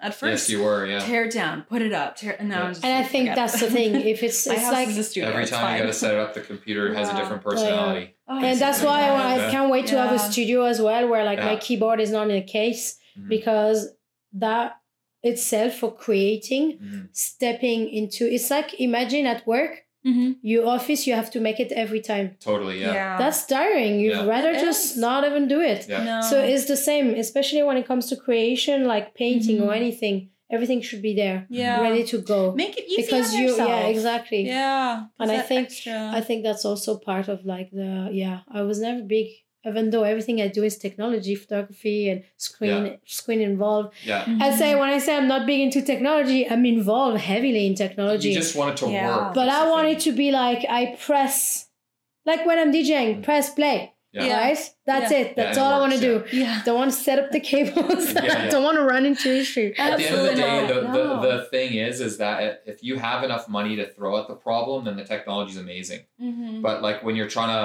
at yes, first you were. Yeah, tear down, put it up, tear and now Yeah. I'm just and i like, think forget that's it. the thing if it's My it's house like is a studio. every it's time you got to fine. set it up, the computer has a Yeah. different personality. Oh, and that's basically. why I, Yeah. I can't wait to have a Yeah. studio as well where like my Yeah. keyboard is not in a case Mhm. because that itself for creating Mhm. stepping into it's like imagine at work Mm-hmm. Mhm. your office you have to make it every time Totally. Yeah. that's tiring you'd Yeah. rather It is. just not even do it Yeah. No. so it's the same especially when it comes to creation like painting or Mhm. anything everything should be there yeah. ready to go Make it easy because on you yourself. yeah exactly Yeah. And I That think- extra- i think that's also part of like the yeah i was never big even though everything i do is technology photography and screen screen involved Yeah. Mm-hmm. i say when i say i'm not big into technology i'm involved heavily in technology You just want it to Yeah. work. but That's I the want thing. it to be like I press, like when I'm DJing, press play, Yeah. Yeah. right? That's Yeah. it. That's Yeah, it all I want to works, do. yeah. Don't want to set up the cables. Yeah, yeah. Don't want to run into issue. At the end of the day, Absolutely the, not. the, No. the thing is, is that if you Mm-hmm. have enough money to throw at the problem, then the technology is amazing. Mhm. But like when you're trying to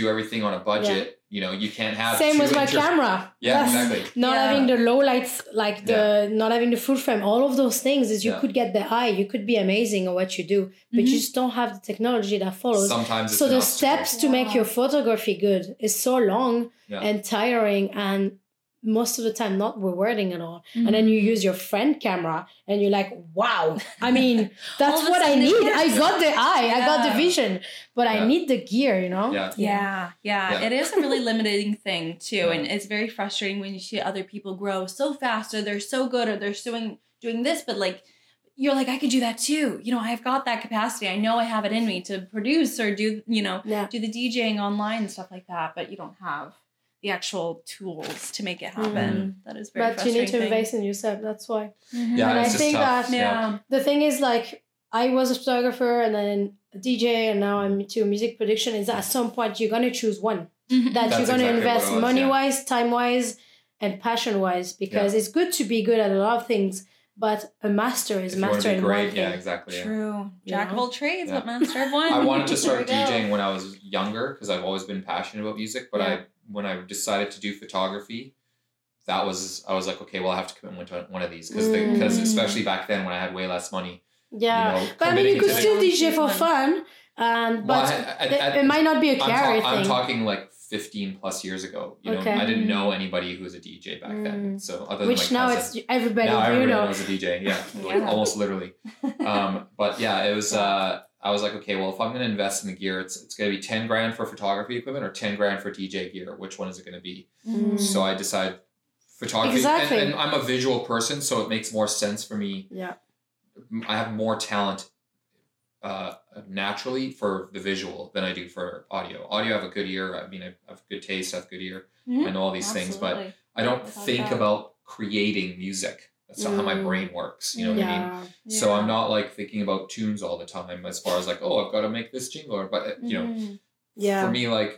do everything on a budget, you know, you can't have Same two with my inter- camera. Yeah, Yes. exactly. Not Yeah. having the low lights, like the not having the full frame, all of those things is you Yeah. could get the eye, you could be amazing at what you do, but Mm-hmm. you just don't have the technology that follows. Sometimes it's so an the obstacle. steps to make Yeah. your photography good is so long Yeah. and tiring and most of the time not rewarding at all Mhm. and Mm-hmm. then you use your friend camera and you're like wow i mean that's All of a what i sudden it need i works. got the eye i got the Yeah. vision but i Yeah. need the gear you know Yeah. Yeah, yeah, Yeah. It is a really limiting thing too, Yeah. and it's very frustrating when you see other people grow so fast, or they're so good, or they're doing doing this, but like you're like, I could do that too. You know, I've got that capacity. I know I have it in me to produce or do you know yeah do the DJing online and stuff like that, but you don't have the actual tools to make it Mm. happen. That is very but you need to frustrating. invest in yourself that's why Mhm. Yeah, And it's I just think tough. that- yeah. Yeah. the thing is like i was a photographer and then a dj and now i'm to music production is at some point you're gonna choose one Mhm. that That's you're going exactly to what invest it was, money yeah. wise, time wise, and passion wise because it's good to be good at a lot of things, but a master is If you want master to be in great, one yeah, thing. exactly. yeah. True. You Jack of know? all trades, Yeah. but master of one. I wanted to start There we go. DJing when I was younger because I've always been passionate about music. But I, when I decided to do photography, that was I was like, okay, well, I have to commit to one of these because because Mm. especially back then when I had way less money, Yeah, you know, but I mean, committing you could to the- still DJ for One. fun, um, Well, but I- I- th- I- it might not be a I'm, career talk- I'm thing. talking like 15 plus years ago. You know, Okay. I didn't know anybody who was a DJ back then. Mm. So other which than my now cousin, it's everybody, now you everybody know. knows a DJ. Yeah, like, Yeah. almost literally. Um, but yeah, it was. Uh, I was like, okay, well, if I'm gonna invest in the gear, it's it's gonna be 10 grand for photography equipment or 10 grand for DJ gear. Which one is it gonna be? Mhm. So I decide photography. Exactly. And, and I'm a visual person, so it makes more sense for me. Yeah, I have more talent uh, naturally for the visual than I do for audio. Audio, I have a good ear. I mean, I have good taste, I have good ear. Mhm. I know all Mm. these things, but Absolutely. I don't Without think doubt. about creating music. That's not how my Mm. brain works. You know what I mean? yeah. So I'm Yeah. not like thinking about tunes all the time as far as like, oh, I've got to make this jingle. Or, but, uh, you know, Mhm. Yeah. for me like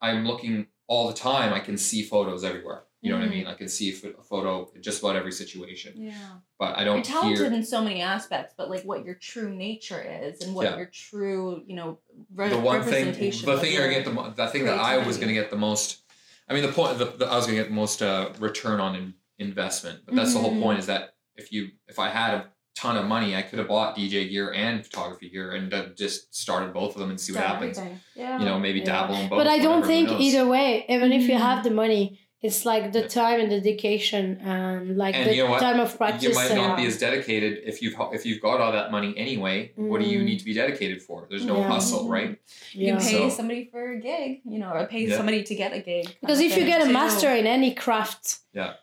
i'm looking all the time i can see photos everywhere you know what i Mhm. mean i can see a pho- a photo in just about every situation Yeah. but i You're don't talented hear in so many aspects, but like what your true nature is and what Yeah. your true, you know, re- the one thing representation. the of thing you're your- gonna get the mo- the thing that i was creativity. gonna get the most i mean the point the, the, i was gonna get the most uh, return on in, investment but that's the whole Mhm. point is that if you if i had a ton of money i could have bought dj gear and photography gear and done- just started both of them and see what Done happens everything. Yeah. you know maybe Yeah. dabble in both but I don't whatever, who think knows? either way, even if you Mhm. have the money, it's like the time and dedication and like And the you know what? time of practice. you might not and- be as dedicated if you've if you've got all that money anyway. What do you Mm. need to be dedicated for? There's no Yeah. hustle, right? You can Yeah. pay So- somebody for a gig, you know, or pay Yeah. somebody to get a gig. kind Because of if you thing, get a too. master in any craft, Yeah.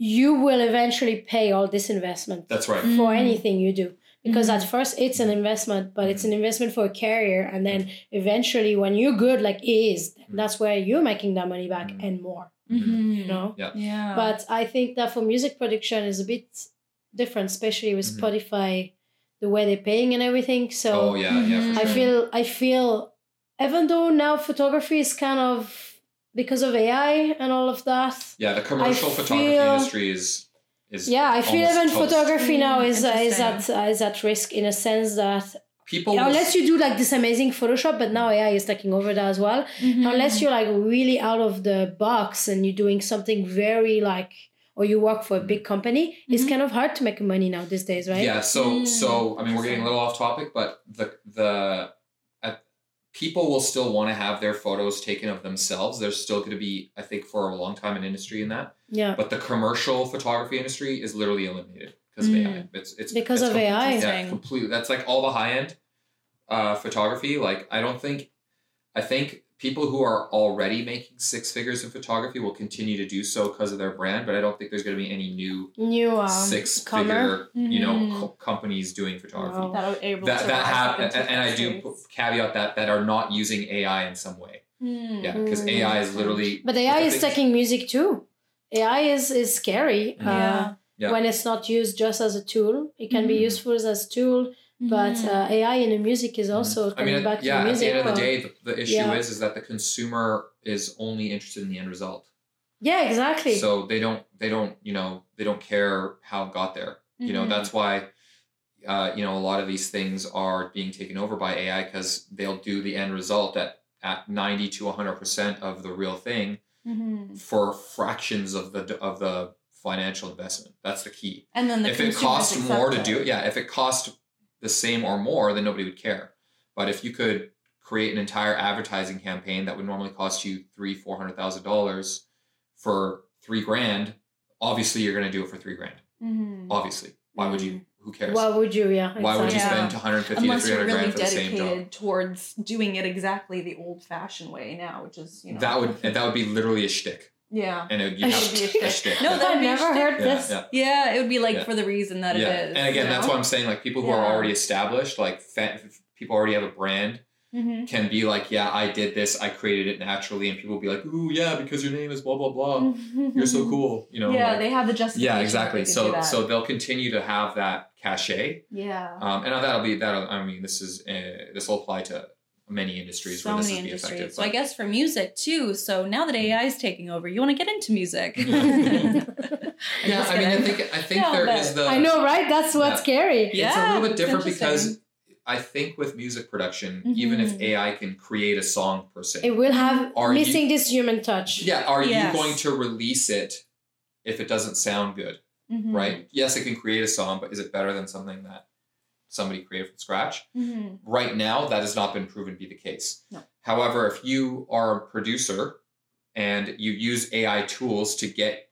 you will eventually pay all this investment That's right. Mm. for anything you do. Because Mhm. at first it's an investment, but it's an Mm-hmm. investment for a career. And then eventually, when you're good, like it is, that's where you're making that money back Mhm. and more, Mhm. you know? Yeah. But I think that for music production is a bit different, especially with Mhm. Spotify, the way they're paying and everything. So oh yeah, yeah. For Mhm. sure. Mm-hmm. I feel I feel even though now photography is kind of because of AI and all of that. yeah. The commercial I photography feel- industry is is Yeah, I feel Almost even toast. photography Mm, now is uh, is at interesting. uh, is at risk in a sense that people will- unless you do like this amazing Photoshop, but now AI is taking over that as well. Mm-hmm. Mm-hmm. Unless you're like really out of the box and you're doing something very like or you work for a big company, it's Mhm. kind of hard to make money now these days, right? Mm-hmm. Yeah. So Mm, so I mean, we're interesting. getting a little off topic, but the the at, people will still want to have their photos taken of themselves. There's still going to be, I think, for a long time, an industry in that. Yeah. But the commercial photography industry is literally eliminated because Mm. of AI. It's it's Because it's of AI. Yeah, Interesting. completely. That's like all the high end uh, photography. Like I don't think, I think people who are already making six figures in photography will continue to do so because of their brand. But I don't think there's going to be any new New um, six comer. figure you know Mhm. co- companies doing photography. Wow. that are able That to that rise up have and, into and I that do space. caveat that that are not using AI in some way. Mm. Yeah, because Mm. AI is literally But AI I is think- taking music too. AI is is scary Mhm. uh, Yeah. Yeah. when it's not used just as a tool. It can be Mhm. useful as a tool, but Mm-hmm. uh, AI in the music is also Mm-hmm. I coming mean, back at- to yeah. At music. the end of the uh, day, the, the issue yeah. is is that the consumer is only interested in the end result. yeah, exactly. So they don't they don't you know they don't care how it got there. Mhm. You know Mm-hmm. that's why uh, you know a lot of these things are being taken over by AI because they'll do the end result that at 90 to 100% of the real thing Mhm. for fractions of the of the financial investment. That's the key. And then the if it consumers cost accept more to do it, yeah, if it cost the same or more, then nobody would care. But if you could create an entire advertising campaign that would normally cost you three, four hundred thousand dollars for three grand, obviously you're gonna do it for three grand. Mhm. Obviously. Why would you Mm-hmm. who cares? Why would you? Yeah. Why would you uh, Yeah. spend 150 to Unless 300 you're really grand for the same job? dedicated towards doing it exactly the old-fashioned way now, which is you know That would and that would be literally a shtick, yeah and it, A you have shtick. a shtick. No, yeah. that would I've be never shtick. heard Yeah, this. yeah. yeah it would be like Yeah. for the reason that yeah. it is. and again, you that's know? why I'm saying like people who are Yeah. already established, like fa- people already have a brand, Mhm. can be like, yeah, I did this, I created it naturally, and people will be like, ooh, yeah, because your name is blah blah blah, Mm-hmm. you're so cool, you know? Mm-hmm. yeah, like- they have the justification. yeah, that exactly. they can do So that. so they'll continue to have that cachet, yeah, um, and that'll be that. I mean, this is uh, this will apply to many industries so where this many is be effective. Mm-hmm. industries. So I but- guess for music too. So now that AI is taking over, you want to get into music. Mm-hmm. yeah, just I mean, I kidding. think I think No, there but is the I know, right? That's what's Yeah. scary. Yeah. it's a little bit it's different because interesting. I think with music production, even if Mhm. AI can create a song per se, It will have Are you- missing this human touch. yeah, are Yes. you going to release it if it doesn't sound good, Mhm. right? Yes, it can create a song, but is it better than something that somebody created from scratch? Mhm. Right now, that has not been proven to be the case. No. However, if you are a producer and you use AI tools to get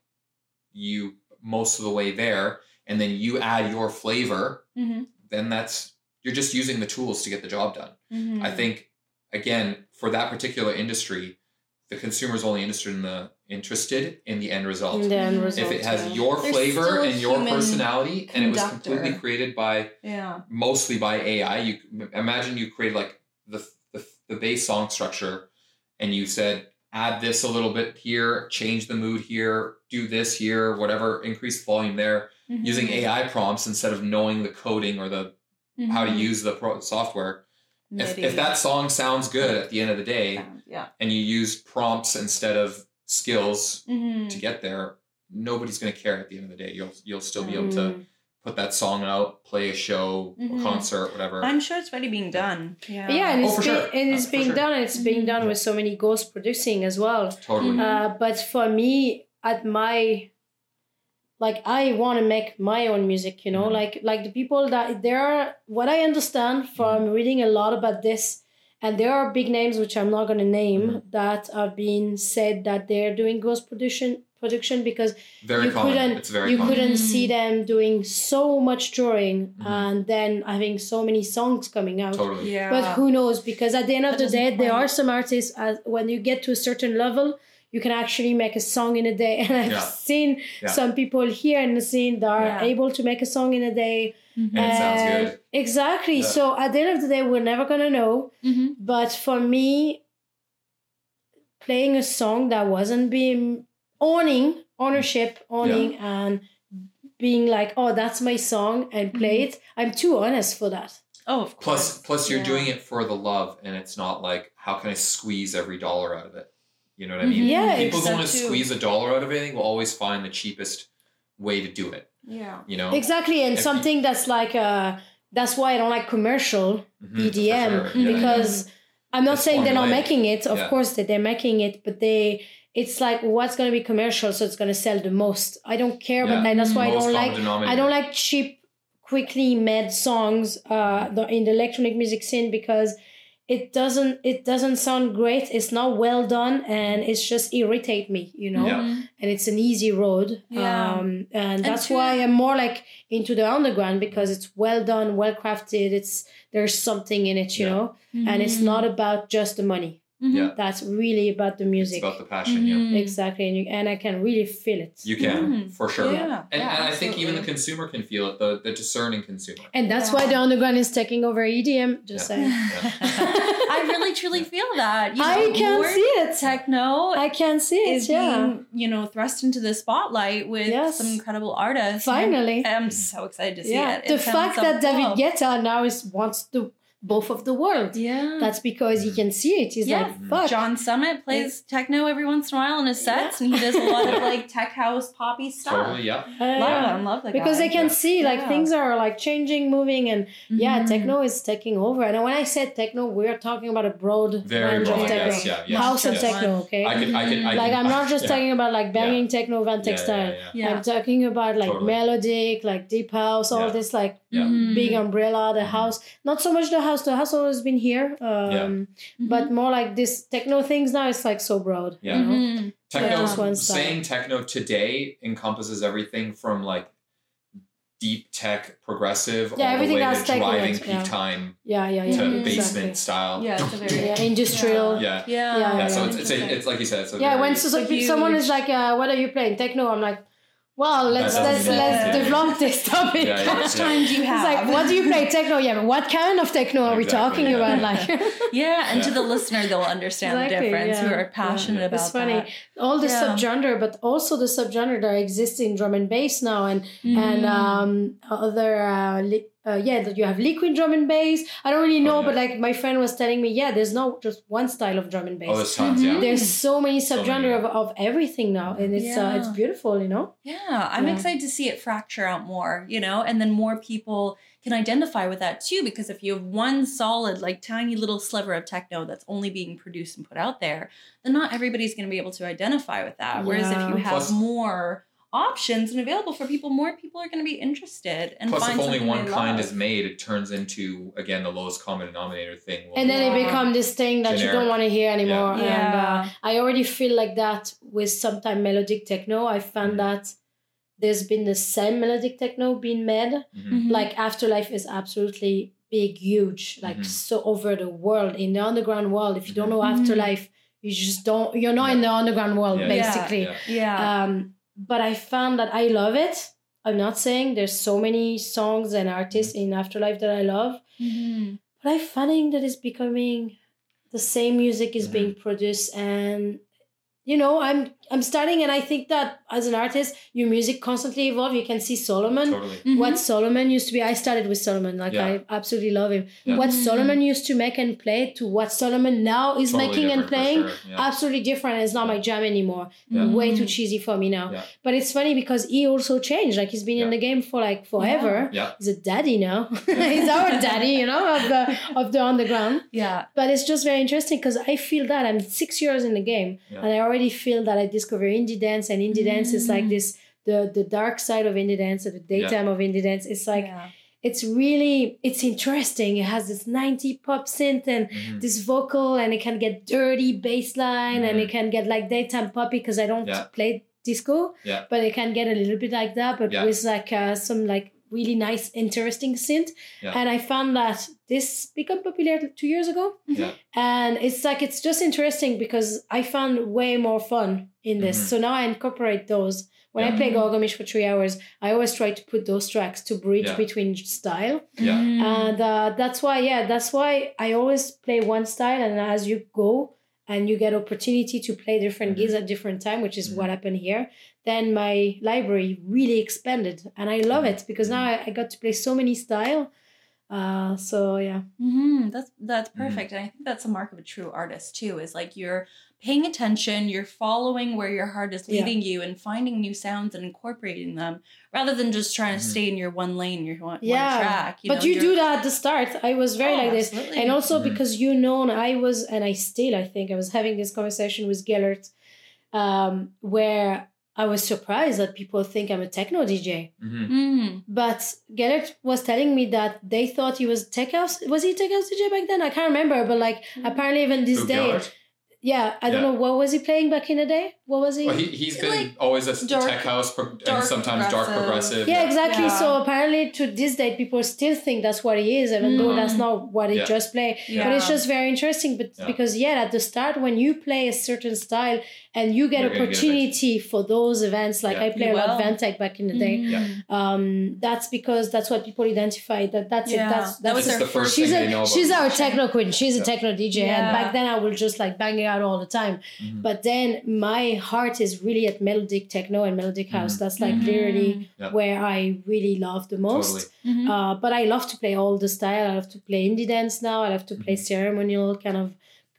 you most of the way there, and then you add your flavor Mhm. then that's you're just using the tools to get the job done. Mhm. I think again, for that particular industry, the consumer's only interested in the interested in the end result. In the end If it result. if it has yeah. your There's flavor still and your human personality and it was conductor. completely created by yeah. mostly by AI, you imagine you create like the the, the base song structure and you said add this a little bit here, change the mood here, do this here, whatever, increase volume there, using Mhm. AI prompts instead of knowing the coding or the how to Mhm. use the pro- software. If, MIDI. if that song sounds good at the end of the day Sound, yeah. and you use prompts instead of skills Mhm. Mm. to get there, nobody's going to care at the end of the day. You'll you'll still be able Mm. to put that song out, play a show, Mhm. Mm-hmm. a concert, whatever. I'm sure it's already being done. Yeah. Yeah, and Oh, it's, for being, sure. and it's Uh, for being sure. Mm. done, and it's being Mhm. done with so many girls producing as well. totally. Mhm. Uh, but for me, at my like, I want to make my own music. You know, Mhm. like like the people that there are. What I understand from Mm-hmm. reading a lot about this, and there are big names which I'm not going to name Mm-hmm. that have been said that they're doing girls production production because Very you common. couldn't- It's very you common. couldn't Mm. see them doing so much drawing Mhm. and then having so many songs coming out Totally. Yeah. but who knows because at the end of That the doesn't day there count. are some artists as when you get to a certain level you can actually make a song in a day and i've Yeah. seen Yeah. some people here in the scene that are Yeah. able to make a song in a day Mhm. And it sounds and- good. exactly Yeah. so at the end of the day we're never gonna know Mhm. but for me playing a song that wasn't being owning ownership owning and being like oh that's my song and play Mm-hmm. it i'm too honest for that Oh, of course. Plus, plus you're Yeah. doing it for the love, and it's not like how can I squeeze every dollar out of it. You know what I Mhm. mean? Mm-hmm. yeah People People it's- who so want to too. squeeze a dollar out of anything will always find the cheapest way to do it. Yeah. You know. exactly and If you- something that's like uh that's why i don't like commercial Mhm, for edm sure. Yeah, because i'm not It's saying they're not formulaic. making it of Yeah. course that they're making it but they it's like what's going to be commercial so it's going to sell the most i don't care about Yeah. that that's why i Most don't common like denominator. i don't like cheap quickly made songs uh the, in the electronic music scene because it doesn't it doesn't sound great it's not well done and it's just irritate me you know Yeah. Mhm. and it's an easy road. Yeah. Um, and that's to- why I'm more like into the underground because it's well done, well crafted. It's there's something in it, you Yeah. know, and it's Mhm. not about just the money. Mhm. Yeah. That's really about the music. It's about the passion, yeah. Mm-hmm. Mhm. exactly, and you, and I can really feel it. You can, Mm-hmm. Mhm. for sure. Yeah. And, Yeah, and I think even the absolutely. consumer can feel it, the, the discerning consumer. and that's Yeah. why the underground is taking over EDM. Just saying. I really truly feel that. You I know, can more see it. Techno I can see it. is Yeah. being, you know, thrust into the spotlight with Yes. some incredible artists. Finally. And I'm so excited to see yeah. it. The It sounds fact so that David cool. Guetta now is wants to both of the world. Yeah. That's because he can see it. He's Yeah. like, fuck. John Summit plays techno every once in a while in his sets, Yeah. and he does a lot of like tech house poppy stuff. Totally, yep. Uh, Love him, love the because guy. they can see like Yeah. things are like changing, moving, and yeah, Mhm. techno is taking over. And when I said techno, we're talking about a broad Very range broad, of techno, yes, yeah, yes. house yes. and techno. Okay, I could, I could, I like could, I'm not just yeah. talking about like banging techno, Yeah, van yeah, textile. yeah, Yeah. I'm talking about like Totally. melodic, like deep house, all Yeah. this like yeah. Mhm. big umbrella, the Mhm. house. Not so much the house. The house always been here, um, Mhm. but more like this techno things now. It's like so broad. Yeah. you know? Mhm. Techno, Yeah. One side. saying techno today encompasses everything from like deep tech, progressive, Yeah, all the everything way that's to techno, driving peak yeah. time Yeah, yeah, to yeah. Mhm. basement Exactly. style. Yeah, it's a very Yeah, industrial. Yeah. Yeah, Yeah. Yeah, yeah, so yeah. it's, it's, a, it's like you said, it's a Yeah, very- when so, so So pe- someone is huge. like, uh, "What are you playing? Techno?" I'm like, "Well, let's doesn't let's make let's sense. develop this topic." Yeah, How yeah. much time do you It's have? like, what do you play techno? Yeah, but what kind of techno are we Exactly, talking yeah. about? Like Yeah, and to Yeah. the listener, they'll understand Exactly, the difference. yeah. Who are passionate Yeah. about It's funny. that. all the Yeah. subgenre, but also the subgenre that exists in drum and bass now, and Mm-hmm. and um, other uh, li- uh, yeah, that you have liquid drum and bass. I don't really know, Oh, yeah. but like my friend was telling me, yeah, there's not just one style of drum and bass. all those times, yeah. Mhm. Mm-hmm. there's so many Mm-hmm. So many, subgenre yeah. of, of everything now, and it's uh, Yeah. it's beautiful, you know. yeah, I'm Yeah. excited to see it fracture out more, you know, and then more people can identify with that too. Because if you have one solid, like tiny little sliver of techno that's only being produced and put out there, then not everybody's going to be able to identify with that. Whereas if Yeah. you have Plus- more options and available for people, more people are going to be interested and Plus, if find only something one they kind love. is made, it turns into again the lowest common denominator thing. will and then Yeah. it become this thing that you don't Oh, Generic. want to hear anymore. And uh, yeah, I already feel like that with sometimes melodic techno. I found Mhm. that there's been the same melodic techno being made. Mhm. Mhm. Like Afterlife is absolutely big, huge, like Mhm. so over the world in the underground world. If you don't Mhm. know Mhm. Afterlife, you just don't. You're not in the underground world, Yeah, yeah, yeah. basically. Yeah. yeah, Um, but I found that I love it. I'm not saying there's so many songs and artists in Afterlife that I love. Mhm. But I'm finding that it's becoming the same music is being produced and you know I'm I'm starting and I think that as an artist your music constantly evolve. You can see Solomon. Totally. Mm-hmm. What Solomon used to be, I started with Solomon. Like Yeah. I absolutely love him. Yeah. What Mhm. Solomon used to make and play to what Solomon now is Totally making and different for playing, sure, yeah. absolutely different. It's not my jam anymore. Yeah. Mm-hmm. Way too cheesy for me now. Yeah. But it's funny because he also changed. Like he's been in Yeah. the game for like forever. Yeah. He's a daddy now. He's our daddy, you know, of the of the underground. yeah. But it's just very interesting because I feel that I'm six years in the game Yeah. and I already feel that I discover indie dance and indie dance is like Mm. this the the dark side of indie dance or the daytime of indie dance. It's like yeah. it's really it's interesting. It has this 90 pop synth and Mhm. this vocal and it can get dirty bass line and Mhm. it can get like daytime poppy because I don't Yeah. play disco, Yeah. but it can get a little bit like that, but Yeah. with like uh, some like really nice, interesting synth. Yeah. And I found that this became popular two years ago. Yeah. And it's like it's just interesting because I found way more fun in this. Mhm. So now I incorporate those. When I Yeah. play Gorgomish for three hours, I always try to put those tracks to bridge Yeah. between style Yeah. Mhm. and uh, that's why yeah that's why i always play one style and as you go and you get opportunity to play different gigs at different time which is what happened here then my library really expanded and i love it because now i, I got to play so many style uh, so yeah hmm That's that's Mhm. Mm-hmm. perfect, and I think that's a mark of a true artist too. Is like you're paying attention, you're following where your heart is Yeah. leading you, and finding new sounds and incorporating them, rather than just trying to Mhm. stay in your one lane, your one, one Mm-hmm. Yeah, track. but you do that at the start i was Oh, very like this and also Mhm. because you know and i was and i still i think i was having this conversation with gellert um, where i was surprised that people think i'm a techno dj Mhm. Mm. But Gellert was telling me that they thought he was tech house. Was he tech house DJ back then? I can't remember, but like Hmm. apparently even this Who, day, Gellert? yeah, I don't Yeah. know what was he playing back in the day. What was he? Well, he, he's been Like, always a dark- tech house pro- dark and sometimes dark progressive. progressive. yeah, exactly. Yeah. So apparently to this day, people still think that's what he is, even though Mm. that's not what he Yeah. just played. Yeah. But it's just very interesting, but Yeah. because yeah, at the start when you play a certain style and you get You're gonna get it. opportunity for those events, like Yeah. I played You a lot of will. Vantech back in the day. Mhm. Yeah. Um, that's because that's what people identify. That that's Yeah. it. That's, that's That was It's their the first she's thing a they know about. she's you. our techno queen. She's a Yeah. techno DJ, and Yeah. back then I will just like bang it out all the time. Mhm. But then my heart is really at melodic techno and melodic house. Mm-hmm. That's Mm-hmm. like literally Yeah. where I really love the most. Totally. Mhm. Uh, but I love to play all the style. I love to play indie dance now. I love to play Mhm. ceremonial kind of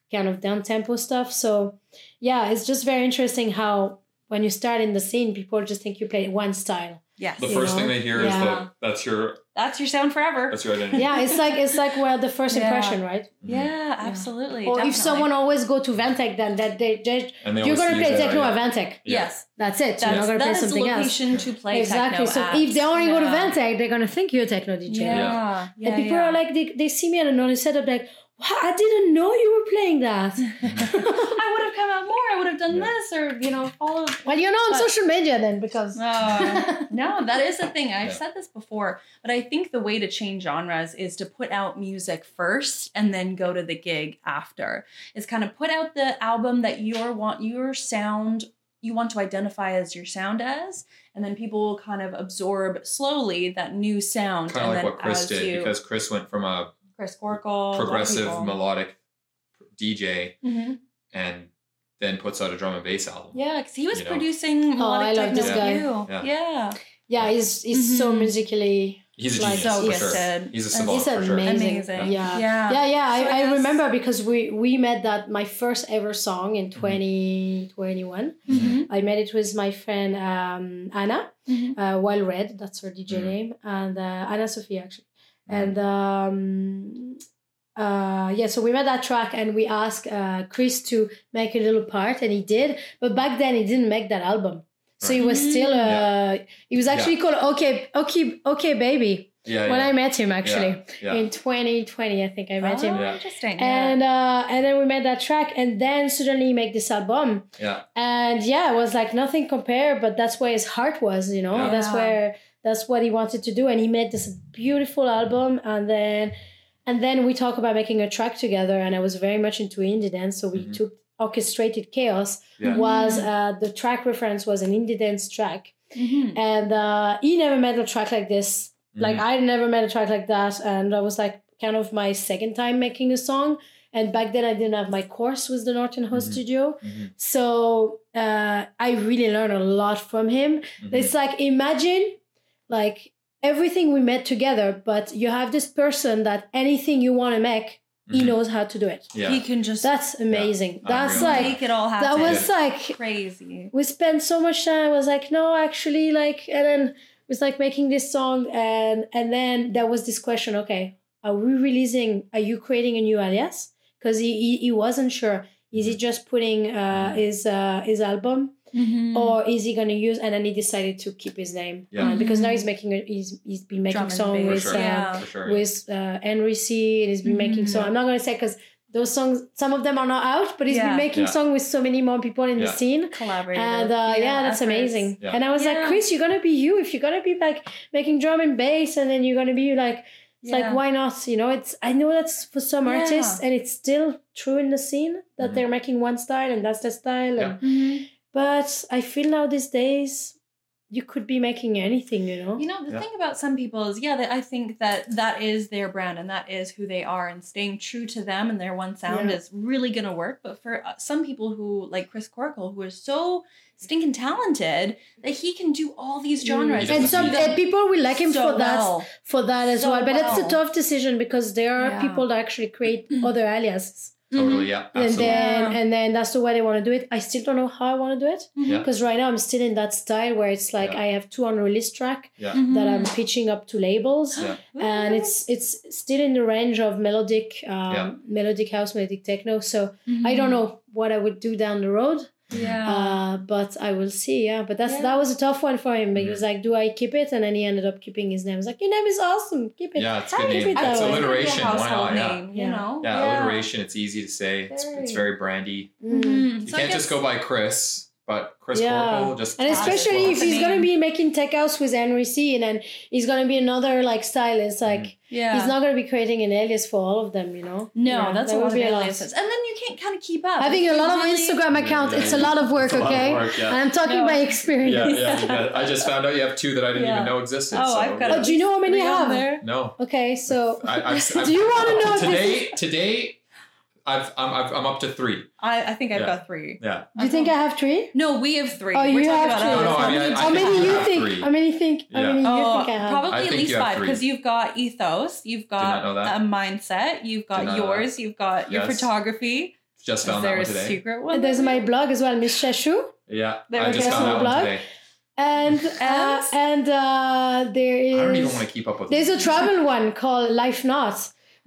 kind of down tempo stuff. So yeah, it's just very interesting how when you start in the scene, people just think you play one style. yes. The You first know? thing they hear is Yeah. that that's your That's your sound forever. that's your identity. Yeah, it's like it's like well the first Yeah. impression, right? Mhm. Yeah, absolutely. Or definitely. if someone always go to Vantec, then that they, they And they you're always gonna use play that, techno yeah. at Vantec. Yeah. Yes. That's it. That's, You're not gonna play that is something else. location to play techno Exactly. So at. if they only go to Yeah. Vantec, they're gonna think you're a techno DJ. Yeah. yeah. and people are like, they, they see me at another setup, like, wow, I didn't know you were playing that. Mm-hmm. I would have come out more. I would have done Yeah. this or, you know, followed. well, you're not on But- social media then, because. No, no, that is the thing. I've Yeah. said this before, but I think the way to change genres is to put out music first and then go to the gig after. It's kind of put out the album that your want your sound you want to identify as your sound as, and then people will kind of absorb slowly that new sound. Kind of and like then what Chris as did, you, because Chris went from a Chris Gorkle, progressive melodic DJ hmm and then puts out a drum and bass album. Yeah, because he was You know. producing melodic Oh, I love techno this guy. too. Yeah. Yeah. Yeah, he's, he's so Mhm. musically. He's a Like, genius so for gifted. sure. He's a And savant he's for sure. amazing. Amazing. Yeah. Yeah. Yeah, yeah, So I, I I guess- remember because we, we met that my first ever song in Mm-hmm. 2021. Mm-hmm. Mhm. I met it with my friend um, Anna, Mm-hmm. uh, Wild Red, that's her DJ Mhm. name, and uh, Anna Sophie actually. Mm. and um uh yeah so we made that track and we asked uh chris to make a little part and he did but back then he didn't make that album so he Right. was still uh Mm. he was actually called okay okay okay baby yeah, yeah. when i met him actually yeah. Ah. in 2020 i think i met him Oh, Yeah. interesting. and uh and then we made that track and then suddenly he make this album yeah. and yeah it was like nothing compared but that's where his heart was you know Yeah. that's Yeah. where that's what he wanted to do and he made this beautiful album and then and then we talked about making a track together and i was very much into indie dance so we Mhm. took orchestrated chaos Yeah. was uh, the track reference was an indie dance track Mhm. and uh, he never made a track like this like Mhm. i never made a track like that and that was like kind of my second time making a song and back then i didn't have my course with the norton House Mhm. studio Mhm. so uh, I really learned a lot from him. Mhm. It's like imagine like everything we met together, but you have this person that anything you want to make, he Mhm. knows how to do it. Yeah. He can just That's amazing. That's Unreal. like make it all that happen. was like crazy. we spent so much time. I was like, no, actually, like, and then it was like making this song, and and then there was this question. Okay, are we releasing? Are you creating a new alias? Because he, he he wasn't sure. Is Mm. he just putting uh, his uh, his album Mm. or is he going to use and then he decided to keep his name Yeah. Uh, because now he's making a, he's he's been making Drum and song bass. with For sure. uh, Mm. Yeah. for sure. with uh, Henry C and he's been making Mhm. song I'm not going to say because those songs some of them are not out but he's been Yeah. making Yeah. song with so many more people in the Yeah. scene collaborative. and uh, yeah, that's efforts. amazing Yeah. and I was like Yeah. Chris you're going to be you if you're going to be like making drum and bass and then you're going to be like it's Yeah. like why not you know it's I know that's for some Yeah. artists and it's still true in the scene that Mhm. they're making one style and that's their style Yeah. and Mhm. but I feel now these days you could be making anything, you know? You know, the Yeah. thing about some people is, yeah, that I think that that is their brand and that is who they are, and staying true to them and their one sound Yeah. is really going to work. But for uh, some people who, like Chris Corkle, who is so stinking talented that he can do all Mm. these genres He And doesn't some need do them and people will like him so for that well. for that as So well. But it's a well. tough decision because there are Yeah. people that actually create other aliases. totally, yeah. And Absolutely. then Yeah. and then that's the way they want to do it. I still don't know how I want to do it. Mm-hmm. Yeah. Because right now I'm still in that style where it's like Yeah. Mm. I have two unreleased track yeah. Mm-hmm. that I'm pitching up to labels. Yeah. And it's it's still in the range of melodic, um, Yeah. Mm. melodic house, melodic techno. So I don't know what I would do down the road. Mm-hmm. Yeah. Uh, but I will see. Yeah, but that's that Yeah. was a tough one for him. He was like, "Do I keep it?" And then he ended up keeping his name. He's like, "Your name is awesome. Keep it." Yeah, it's How good do you name. put that It's way? alliteration. Why not? Yeah. Name, Yeah. You know. Yeah, alliteration. It's easy to say. It's, it's Very. very brandy. Mm. Mhm. You So I can't just guess- go by Chris, but Chris Yeah. Corporal just. And That's especially cool. if he's gonna be making tech house with Henry C, and then he's gonna be another like stylist. Like Mm. Yeah. he's not gonna be creating an alias for all of them. You know? No, Yeah, that's that a would lot of be a lot. aliases. And then you can't kind of keep up. Having a You lot of really- Instagram accounts, Yeah, it's a yeah. lot of work. It's a lot of okay, work, yeah. and I'm talking No. by yeah, experience. yeah, yeah. I just found out you have two that I didn't Yeah. even know existed. Oh, so, I've got yeah. Oh, do you know how many I Three on have? there. No. Okay, so I, I've, do you want to know if this today? Today, I've, I'm, I've, I'm up to three. I, I think I've Yeah. got three. Oh. Yeah. Do you think I have three? No, we have three. Oh, We're you talking have about three. us. No, no, I mean, I- how I many think I you have think? three. How many think? How Yeah. many Oh, you think I have? probably I at think least you have five three. because you've got ethos, you've got not know a that. mindset, you've Did got not know yours, you've got your Yes. photography. Just Is found that there one a today. secret one? And there's that my we- blog as well, Miss Shashu. Yeah. There I we just go. found that one Blog. today. And uh, Else? and uh, there I is don't even want to keep up with there's it. a travel one called Life Not,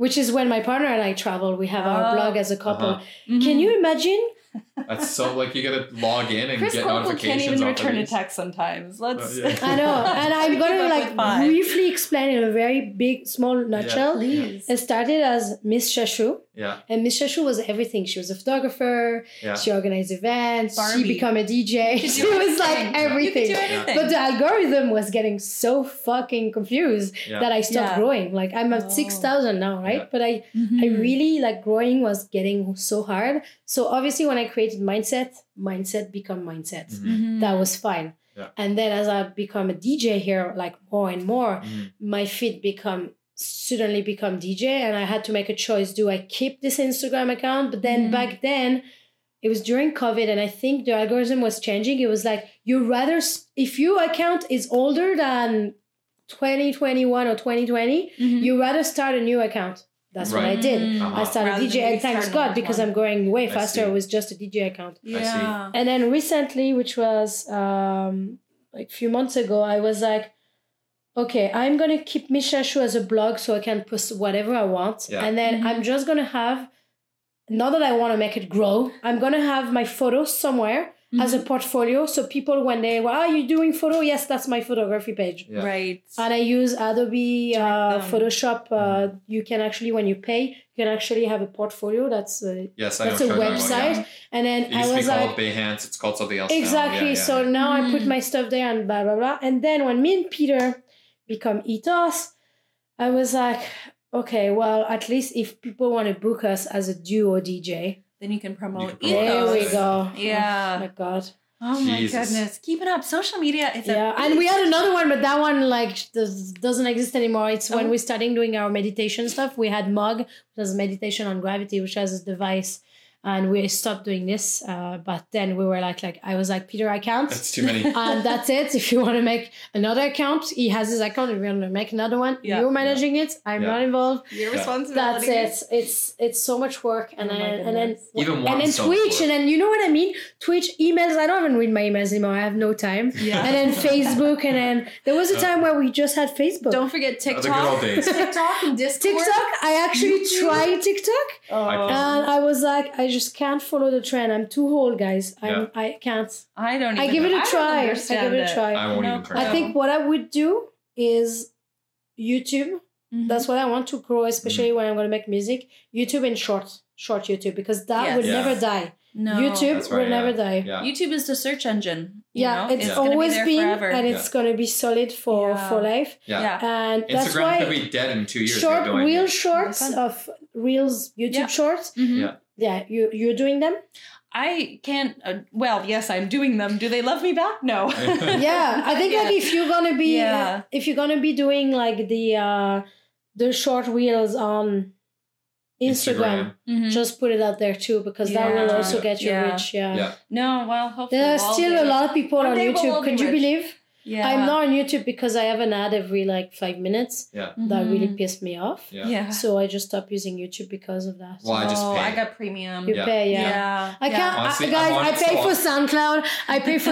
which is when my partner and I travel. We have our Oh. blog as a couple. Uh-huh. Mhm. Can you imagine? That's so like you gotta log in and Chris get Corporal can't notifications. even off of return a these. Uh, Oh, text sometimes. Let's yeah. I know, and I'm Keep up gonna with like mine. briefly explain in a very big, small nutshell. please. It started as Miss Shashu, Yeah. and Miss Shashu was everything. She was a photographer. Yeah. She organized events. Barbie. She became a You DJ. could She do was like anything. everything. You could do anything. But the algorithm was getting so fucking confused Yeah. that I stopped Yeah. growing. Like I'm at Oh. six thousand now, right? Yeah. But I Mhm. I really like growing was getting so hard. So obviously when I created mindset, mindset become mindset. Mhm. Mhm. That was fine. Yeah. And then as I become a DJ here, like more and more, Mhm. my feed become suddenly become DJ and I had to make a choice. Do I keep this Instagram account? But then Mhm. back then it was during COVID and I think the algorithm was changing. It was like you rather s- if your account is older than 2021 or 2020, Mhm. you rather start a new account. That's what I Right. did. Mhm. Uh-huh. I started Rather DJ, than and thanks restarting God with because one. I'm growing way I faster see. with just a DJ account. Yeah. And then recently, which was um, like a few months ago, I was like, okay, I'm gonna keep Mishashu as a blog so I can post whatever I want, Yeah. and then Mhm. I'm just gonna have. Not that I want to make it grow, I'm gonna have my photos somewhere Mm-hmm. as a portfolio, so people when they, well, are you doing photo? Yes, that's my photography page. Yeah. Right. And I use Adobe uh, them. Photoshop. Uh, you can actually, when you pay, you can actually have a portfolio. That's uh, Yes, I that's know. a what you're talking about, website. yeah. And then It I used to be was called like, Behance. It's called something else. now. Yeah, exactly. yeah, so now I put Mm. my stuff there and blah blah blah. And then when me and Peter become E Ethos, I was like, okay, well, at least if people want to book us as a duo DJ, Then you can promote You can there promote we ethos. it. go. Yeah. Oh, my God. Oh my Jesus. goodness. Keeping up social media is yeah, a and we had another one, but that one like does, doesn't exist anymore. It's when Oh. we starting doing our meditation stuff. We had Mug, which was meditation on gravity, which has a device, and we stopped doing this. Uh, but then we were like, like I was like, Peter, I can't. That's too many. and Um, that's it. If you want to make another account, he has his account. If you want to make another one, Yeah. you're managing it. I'm Yeah. not involved. your Yeah. That's responsibility. it. It's it's so much work, and Oh I, my and then goodness. Even one and then song Twitch, for it. and then you know what I mean. Twitch emails. I don't even read my emails anymore. I have no time Yeah. and then Facebook, and then there was a Uh, time where we just had Facebook. Don't forget Oh, TikTok. the good old days. TikTok and Discord. TikTok, I actually YouTube. tried TikTok, Oh. I can't. and I was like, I just can't follow the trend. I'm too old, guys. I'm, I can't. I don't. Even I give it a a try. I give it a I try. won't No. even try. I I think what I would do is YouTube. That's what I want to grow, especially when I'm going to make music. YouTube and short, short YouTube, because that Yes. will Yeah. never die. Mm-hmm. no. YouTube That's will right, yeah. never die. Yeah. YouTube is the search engine. you Yeah, know? it's, it's gonna always be there been, forever. and it's going to be solid for Yeah. for life. Yeah. yeah. And that's Instagram why could be dead in two years. we short have no idea. real shorts Fun. of reels youtube Yeah. shorts Mhm. Yeah. yeah you you're doing them I can't. Uh, well, yes, I'm doing them. Do they love me back? No. yeah i think like Yeah. if you're gonna be Yeah. if you're gonna be doing like the uh the short reels on instagram, Mhm. just put it out there too because that will Yeah. also get you Yeah. rich yeah, Yeah. No. Well, hopefully There are we'll all still a be- lot of people One on day we'll all YouTube. be Could you rich. believe? Yeah. I'm not on YouTube because I have an ad every like five minutes. That Mhm. really pissed me off. Yeah. Yeah. So I just stopped using YouTube because of that. Why? I just oh, pay. I got premium. You Yeah. pay, yeah. Yeah. I can't, Yeah. Honestly, I, I'm guys. on I pay Spotify. for SoundCloud. I pay for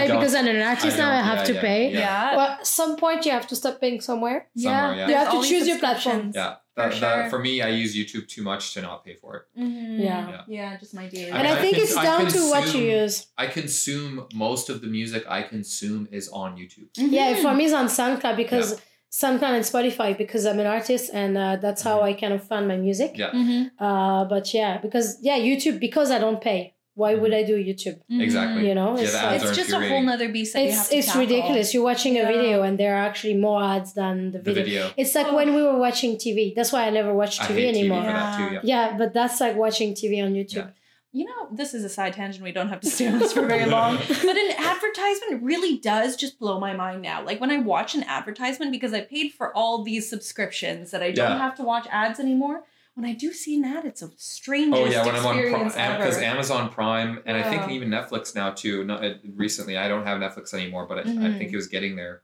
I don't. because I'm an I artist don't. now. I Yeah, have to yeah, pay. yeah. Well, at some point you have to stop paying somewhere. Somewhere, yeah. You have to There's choose only your platform. subscriptions. Yeah. For That, that, sure. for me, I use YouTube too much to not pay for it. Mhm. Yeah. yeah. Yeah. Just my daily. I and mean, I I think cons- it's I down to what you consume- use. I consume most of the music I consume is on YouTube. Mhm. Yeah, Mm-hmm. for me it's on SoundCloud because SoundCloud and Spotify because I'm an artist and uh, that's how Mhm. I kind of find my music. Yeah. Mhm. Uh, but yeah, because yeah, YouTube because I don't pay. Why would I do YouTube? Exactly. You know, Mm-hmm. Yeah, it's the ads like- Mm-hmm. It's are just a whole infuriating. nother beast that you have it's to it's tackle. ridiculous. You're watching a Yeah. video and there are actually more ads than the The video. video. It's like Oh. when we were watching TV. That's why I never watch I TV hate TV anymore. for that too. Yeah. Yeah. Yeah, but that's like watching TV on YouTube. Yeah. You know, this is a side tangent. We don't have to stay on this for very long. But an advertisement really does just blow my mind now. Like when I watch an advertisement, because I paid for all these subscriptions that I don't Yeah. have to watch ads anymore. when I do see that, it's a strangest Oh yeah, when I'm on experience because ever. Amazon Prime and I think Yeah. even Netflix now too. Not uh, recently, I don't have Netflix anymore, but I, I Mhm. Mm-hmm. think it was getting there.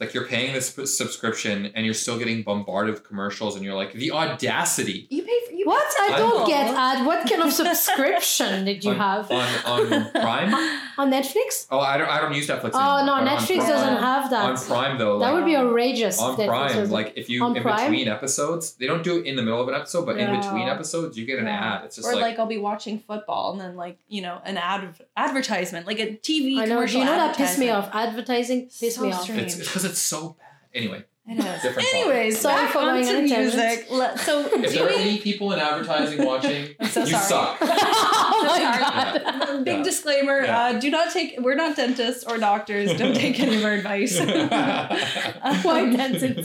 Like you're paying this p- subscription and you're still getting bombarded with commercials, and you're like the audacity you pay for you What? I don't I'm- get ad. What kind of subscription did you on, have? on on Prime. On Netflix? Oh, I don't I don't use Netflix. Oh, anymore, no, but on Netflix Prime- doesn't have On that. Prime though, That like would be outrageous. on Netflix Prime, doesn't- like if you On in Prime? between episodes, they don't do it in the middle of an episode, but in No. between episodes, you get an No. ad. It's just or like, like I'll be watching football and then like you know an ad advertisement like a TV I know. commercial. You know that pissed me advertisement. off. Advertising pissed So me off. strange. it's because it's so bad. Anyway, It is. Different Anyways, topic. Sorry back for going onto on a tangent. music. Let- So if there are doing any people in advertising watching, I'm so you sorry. suck. oh my Sorry. god. big Yeah. disclaimer: Yeah. uh, do not take. We're not dentists or doctors. Don't take any of our advice. Why Um, dancing?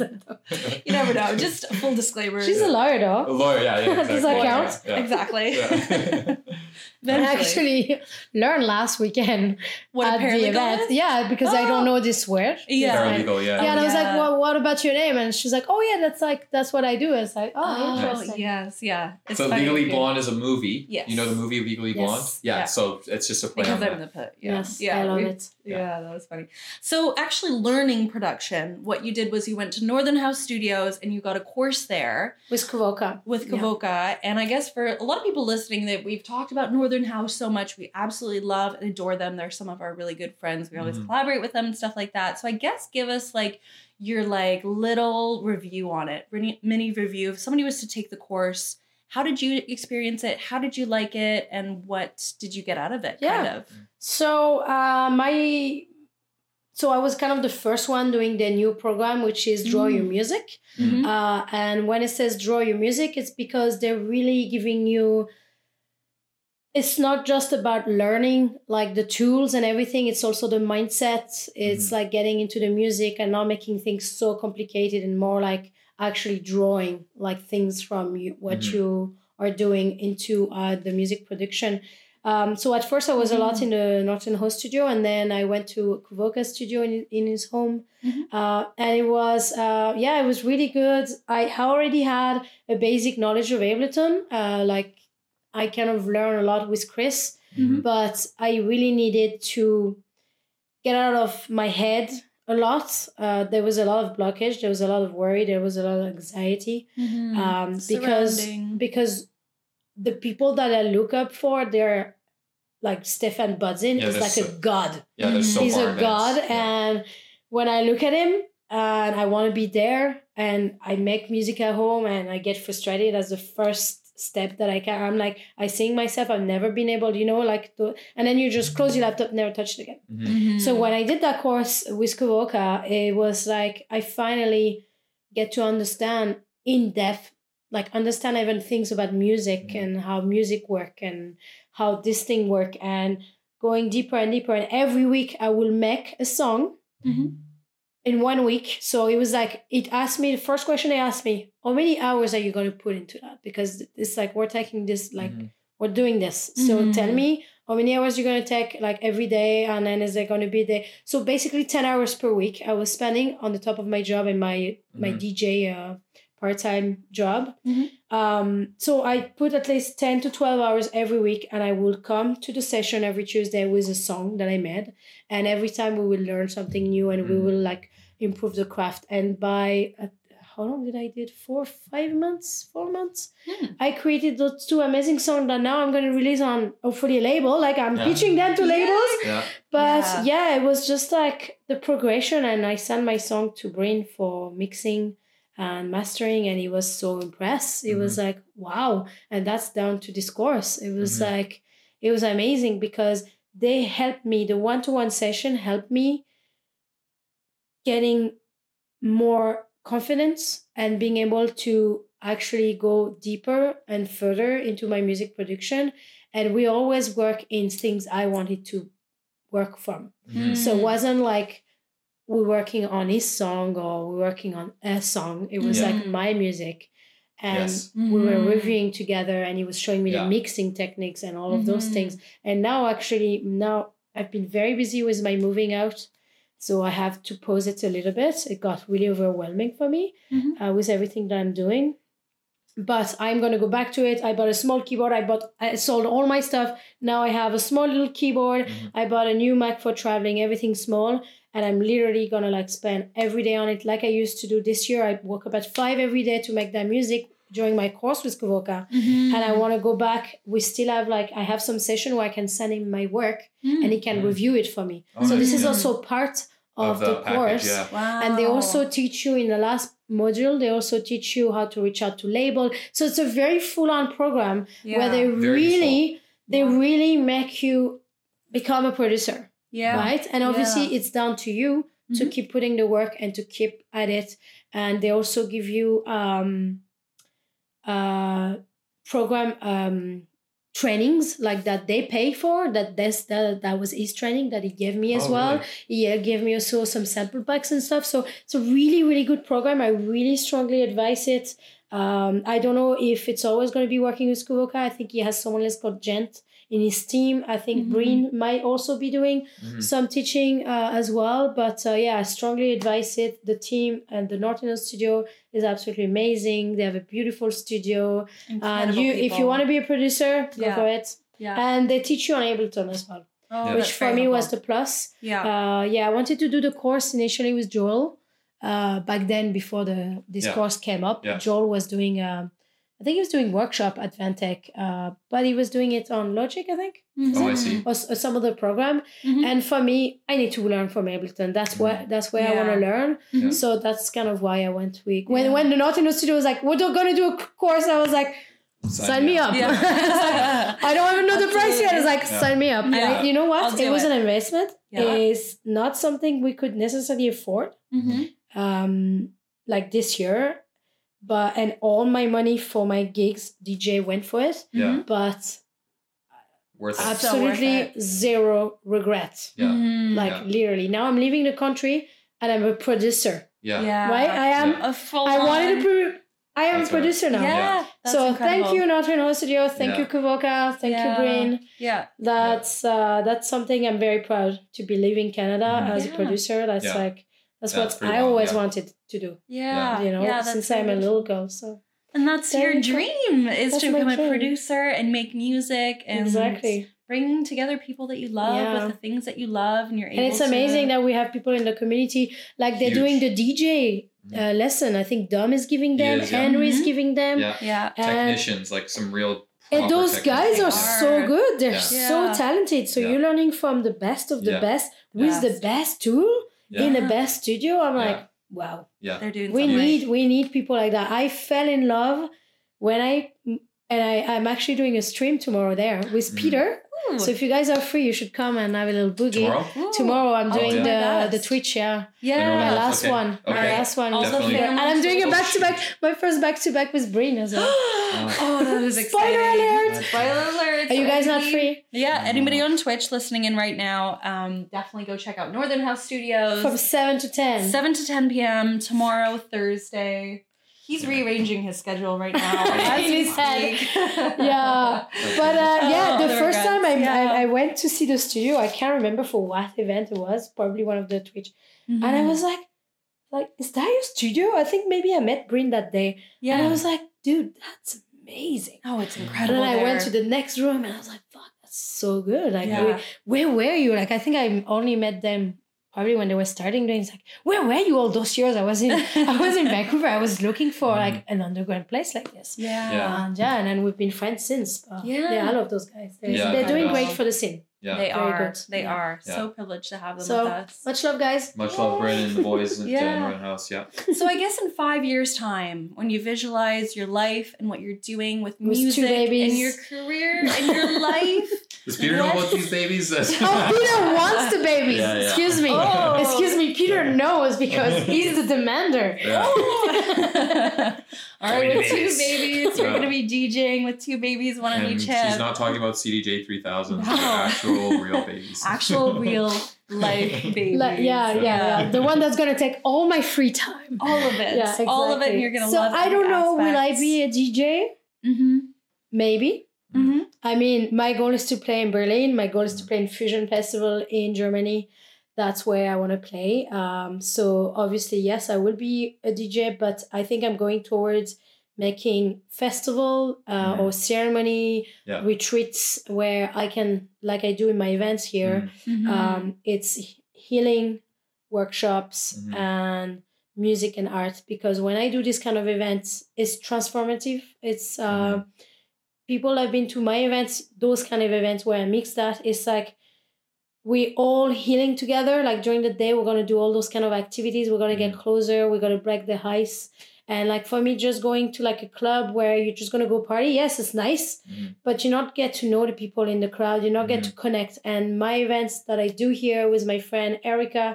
you never know. Just a full disclaimer. She's a lawyer A though. lawyer, yeah, yeah. Does Exactly. that lawyer, count? yeah, yeah. exactly. Yeah. I Eventually. actually learned last weekend what a at the paralegal event. is? Yeah, because I don't Oh. know this word. Yeah. And- Paralegal, yeah. yeah, and I was like, Yeah. well, what about your name? And she's like, oh yeah, that's like that's what I do. It's like, oh, Oh interesting. yes, yeah. It's so funny. Legally Blonde is a movie. Yes. You know the movie Legally Yes. Blonde? Yeah, Yeah. So it's just a play Because on I'm that. the put. Yeah. Yes, yeah, I love we- it. Yeah. Yeah. that was funny. So actually learning production, what you did was you went to Northern House Studios and you got a course there With Kuvoka. with Yeah. Kavoka. And I guess for a lot of people listening that we've talked about Northern House so much, we absolutely love and adore them. They're some of our really good friends. We always Mhm. collaborate with them and stuff like that. So I guess give us like your like little review on it, mini mini review. If somebody was to take the course, how did you experience it? How did you like it? And what did you get out of it? Yeah. Kind of. So uh, my so I was kind of the first one doing the new program, which is Draw Your Music. Mhm. Uh, and when it says draw your music, it's because they're really giving you. It's not just about learning like the tools and everything. It's also the mindset. It's Mhm. like getting into the music and not making things so complicated and more like actually drawing like things from you, what Mhm. you are doing into uh, the music production. Um, so at first I was a lot in the Norton Host studio, and then I went to Kuvoka studio in, in his home uh, and it was uh, yeah it was really good i already had a basic knowledge of ableton uh, like i kind of learned a lot with chris Mhm. but i really needed to get out of my head a lot uh, there was a lot of blockage there was a lot of worry there was a lot of anxiety um, because Surrounding. because the people that i look up for they're like stefan budzin Yeah, is they're like so- a god Yeah, they're so he's far a advanced. god Yeah. and when i look at him and i want to be there and i make music at home and i get frustrated as the first step that i can i'm like i sing myself i've never been able you know like to and then you just close your laptop never touch it again Mhm. Mm-hmm. Mm. so when I did that course with Kuvoka, it was like I finally get to understand in depth, like understand even things about music Mhm. and how music work and how this thing work and going deeper and deeper. And every week I will make a song Mhm. Mm-hmm. in one week. So it was like it asked me the first question they asked me, how many hours are you gonna put into that? Because it's like we're taking this like Mhm. we're doing this. So Mhm. tell me how many hours you're gonna take like every day, and then is there gonna be the so basically ten hours per week I was spending on the top of my job and my my Mhm. DJ uh, part time job. Mhm. Um, so I put at least ten to twelve hours every week, and I will come to the session every Tuesday with a song that I made, and every time we will learn something new and we Mhm. will like improve the craft. And by uh, how long did I did four five months four months Hmm. I created those two amazing songs that now I'm going to release on hopefully a label. Like I'm Yeah. pitching them to Yeah. labels. Yeah. But Yeah. yeah. it was just like the progression. And I sent my song to Brain for mixing and mastering. And he was so impressed. He was like, wow. And that's down to this course. It was Mhm. like, it was amazing because they helped me. The one to one session helped me getting more confidence and being able to actually go deeper and further into my music production and we always work in things i wanted to work from Mhm. so it Mm. wasn't like we're working on his song or we're working on a song it was Yeah. like my music and Yes. we were Mm. reviewing together and he was showing me Yeah. the mixing techniques and all of those Mhm. things and now actually now i've been very busy with my moving out so i have to pause it a little bit it got really overwhelming for me Mhm. uh, with everything that i'm doing but I'm gonna go back to it. I bought a small keyboard. I bought, I sold all my stuff. Now I have a small little keyboard. Mhm. I bought a new Mac for traveling. Everything small, and I'm literally gonna like spend every day on it, like I used to do this year. I woke up at five every day to make that music during my course with Kuvoka, Mm-hmm. and I want to go back. We still have like I have some session where I can send him my work, Mm-hmm. and he can Mm. review it for me. Oh, so nice, this is yeah. also part of, the, package, course. yeah. wow. And they Oh. also teach you in the last module, they also teach you how to reach out to label. So it's a very full-on program yeah. where they Very really they Yeah. really make you become a producer. yeah. Right? And obviously Yeah. it's down to you to Mhm. keep putting the work and to keep at it. And they also give you um uh program um trainings like that they pay for that this that, that was his training that he gave me as Oh, well really? yeah gave me also some sample packs and stuff so it's a really really good program i really strongly advise it um, i don't know if it's always going to be working with kuboka i think he has someone else called gent in his team i think Mhm. breen might also be doing Hmm. Mhm. some teaching uh, as well but uh, yeah i strongly advise it the team and the norton studio is absolutely amazing they have a beautiful studio and Incredible you if you people. want to be a producer go Yeah. for it yeah. and they teach you on ableton as well Oh, Yeah. that's which for very me was helpful. the plus yeah. uh, yeah, I wanted to do the course initially with Joel. Uh, back then, before the this Yeah. course came up, Yeah. Joel was doing, um, I think he was doing workshop at Vantech, uh, but he was doing it on Logic, I think, Oh, Mm-hmm. I see. or, s- or some other program. Mhm. And for me, I need to learn from Ableton. That's where that's where I want Yeah. to learn. Yeah. So that's kind of why I went week. When Yeah. when the Naughtiness Studio was like, we're gonna do a c- course, I was like, sign, me up. Yeah. It's like, uh, I don't even know the price yet. It's like, Absolutely. sign me up. Yeah. And you know I'll what? do It was it. an investment. Yeah. It's not something we could necessarily afford Mhm. um, like this year. But and all my money for my gigs, DJ went for it. Mm-hmm. Yeah. But Worth it. Uh, Abs- absolutely it. zero regret. Yeah. Mhm. Like Yeah. literally, now I'm leaving the country and I'm a producer. Yeah. yeah. Right? I am. Yeah. a full I wanted to. on- Pro- I am That's a right. producer now. Yeah. that's so incredible. thank you, Northern Host Studio. Thank Yeah. you, Kuvoka. Thank Yeah. you, Breen. Yeah. that's uh, that's something I'm very proud to be leaving Canada Mhm. as Yeah. a producer. That's Yeah. like that's That's what pretty I wild, always yeah. wanted to do. Yeah. You know, yeah, that's since I'm a really little girl. So And that's There your you go. dream is That's to my become a dream. producer and make music and exactly, bring together people that you love Yeah. with the things that you love and you're and able it's to. amazing that we have people in the community like they're Huge. doing the DJ uh, lesson. I think Dom is giving He them, is, yeah. Henry is Mhm. giving them, Yeah. yeah. and Technicians, like some real. And proper those guys are technicians. so good. They're Yeah. Yeah. so talented. So Yeah. you're learning from the best of the Yeah. best Yes. with the best tool Yeah. in the best studio. I'm Yeah. like, wow. Yeah. They're doing we something right. need we need people like that. I fell in love when I and I, I'm actually doing a stream tomorrow there with Mm. Peter. Ooh. So if you guys are free, you should come and have a little boogie. Tomorrow? Oh, Ooh. Tomorrow I'm Oh, doing yeah. my the, the gosh. Twitch, yeah. Yeah. My Yeah. last Okay. one. My Okay. last one. All the Definitely. family And I'm doing a too. back to back, my first back to back with Breen as well. oh, that is exciting. Spoiler alert! Spoiler alert. Are you So guys not anybody- free? Yeah, anybody on Twitch listening in right now, um, definitely go check out Northern House Studios. From 7 to 10. 7 to 10 p.m. tomorrow, Thursday. He's Yeah. rearranging his schedule right now. In we his head. speak. Yeah. But uh, yeah, Oh, the the first regrets, time I, yeah. I I went to see the studio, I can't remember for what event it was, probably one of the Twitch Mhm. And I was like, like, is that your studio? I think maybe I met Bryn that day. yeah. And I was like, dude, that's amazing. oh, it's And incredible. then I went to there. the next room and I was like, fuck, that's so good. Like, yeah. where, where were you? Like, I think I only met them probably when they were starting doing. It's like, where were you all those years? I was in, I was in Vancouver. I was looking for Mm-hmm. like an underground place like this. yeah. And yeah, and, then we've been friends since. But Yeah. yeah, I love those guys. They're, Yeah, they're doing they're great awesome. for the scene. Yeah. They Very are. good. They Yeah. are. Yeah. So privileged to have them So, with us. Much love, guys. Much love, Brennan and the boys at Yeah. yeah. Northern House. Yeah. so I guess in five years' time, when you visualize your life and what you're doing with With two music and babies. your career and your life, Does Peter know What? about these babies? Oh, Peter wants the babies. Yeah, yeah. Excuse me. Oh. Excuse me. Peter knows because he's the demander. Yeah. All right, Three with two babies. babies, you're Yeah. gonna be DJing with two babies, one on And each she's hip. not talking about CDJ 3000, but Wow. actual real babies. Mm-hmm. Actual real life babies. Um, Like, yeah, yeah, yeah. The one that's gonna take all my free time. All of it. Yeah, exactly. All of it. And you're gonna so love. I don't know. Will I be a DJ? Mm-hmm. Maybe. Mm-hmm. I mean, my goal is to play in Berlin. My goal is to play in Fusion Festival in Germany. That's where I want to play. Um, so obviously, yes, I will be a DJ, but I think I'm going towards making festival uh, Mhm. or ceremony Yeah. retreats where I can, like I do in my events here, Mhm. mm-hmm, um, it's he- healing workshops Mhm. and music and art because when i do this kind of events it's transformative it's uh, people have been to my events those kind of events where i mix that it's like we all healing together like during the day we're going to do all those kind of activities we're going to get closer we're going to break the ice and like for me just going to like a club where you're just going to go party yes it's nice Mhm. but you not get to know the people in the crowd you not get to connect and my events that i do here with my friend erica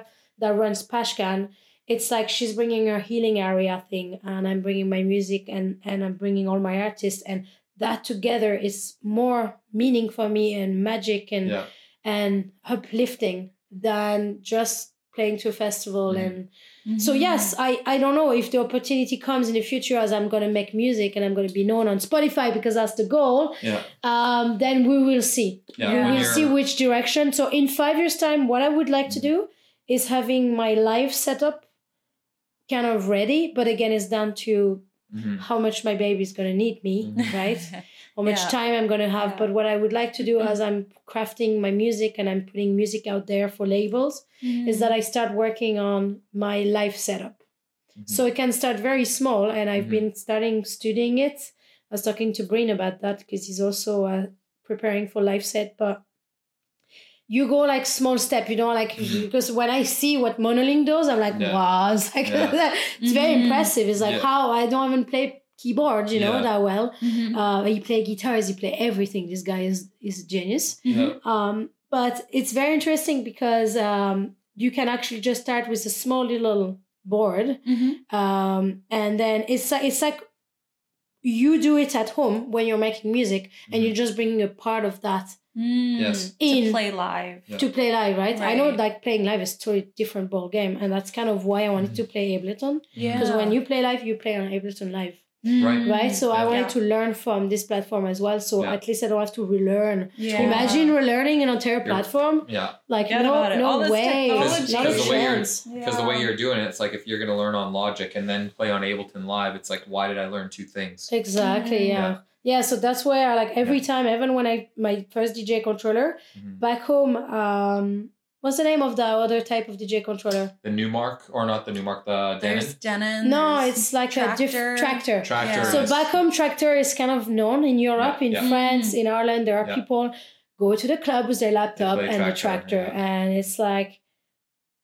that runs pashkan it's like she's bringing her healing area thing and i'm bringing my music and and i'm bringing all my artists and that together is more meaning for me and magic and Yeah. and uplifting than just playing to a festival Mhm. and mm-hmm. so yes, I I don't know if the opportunity comes in the future as I'm gonna make music and I'm gonna be known on Spotify because that's the goal. Yeah. Um, then we will see. Yeah, Yeah. when We'll you're- see which direction. So in five years' time, what I would like to do is having my live setup kind of ready, but again, it's down to Mhm. how much my baby's gonna need me, Mhm. right? How much Yeah. time I'm gonna have. Yeah. Mm-hmm. But what I would like to do as I'm crafting my music and I'm putting music out there for labels Mm-hmm. is Mm. that I start working on my live setup. Mhm. So it can start very small, and I've Mhm. been starting studying it. I was talking to Breen about that because he's also uh, preparing for life set. But you go like small step, you know, like Mhm. because when I see what Monoling does, I'm like, Yeah. wow, it's like Yeah. Mm-hmm. it's very Mhm. impressive. It's like Yeah. how I don't even play keyboard, you know, Yeah. that well. Mhm. Uh, he play guitars, he play everything. This guy is is a genius. mm-hmm, Yeah. Um, but it's very interesting because um, you can actually just start with a small little board Mhm. um, and then it's like it's like you do it at home when you're making music and you're just bringing a part of that Mm. Yes. Mm-hmm. To In- play live. Yeah. to play live right? i know Right. like playing live is totally different ball game and that's kind of why i wanted to play ableton Mm-hmm. Yeah. because when you play live you play on ableton live Right. Mm. right so i Yeah. wanted Yeah. to learn from this platform as well so Yeah. at least i don't have to relearn Yeah. imagine relearning an entire platform Yeah. like Forget no, about it. All no this way technology. not a Because the way you're- chance Because the way you're doing it, it's like if you're going to learn on Logic and then play on Ableton Live, it's like, why did I learn two things? Exactly. Mm. Yeah. Yeah. yeah. So that's where, like, every time, even when I my first DJ controller Mhm. back home, um, what's the name of the other type of DJ controller? The new mark, or not the new mark, the Denon There's Denon. no, there's it's like a Mm. Tractor. diff- tractor. tractor. Yeah. So is- back home, tractor is kind of known in Europe, in yeah. France, Mm. in Ireland. There are Yeah. people go to the club with their laptop play and the Tractor, tractor, yeah. and it's like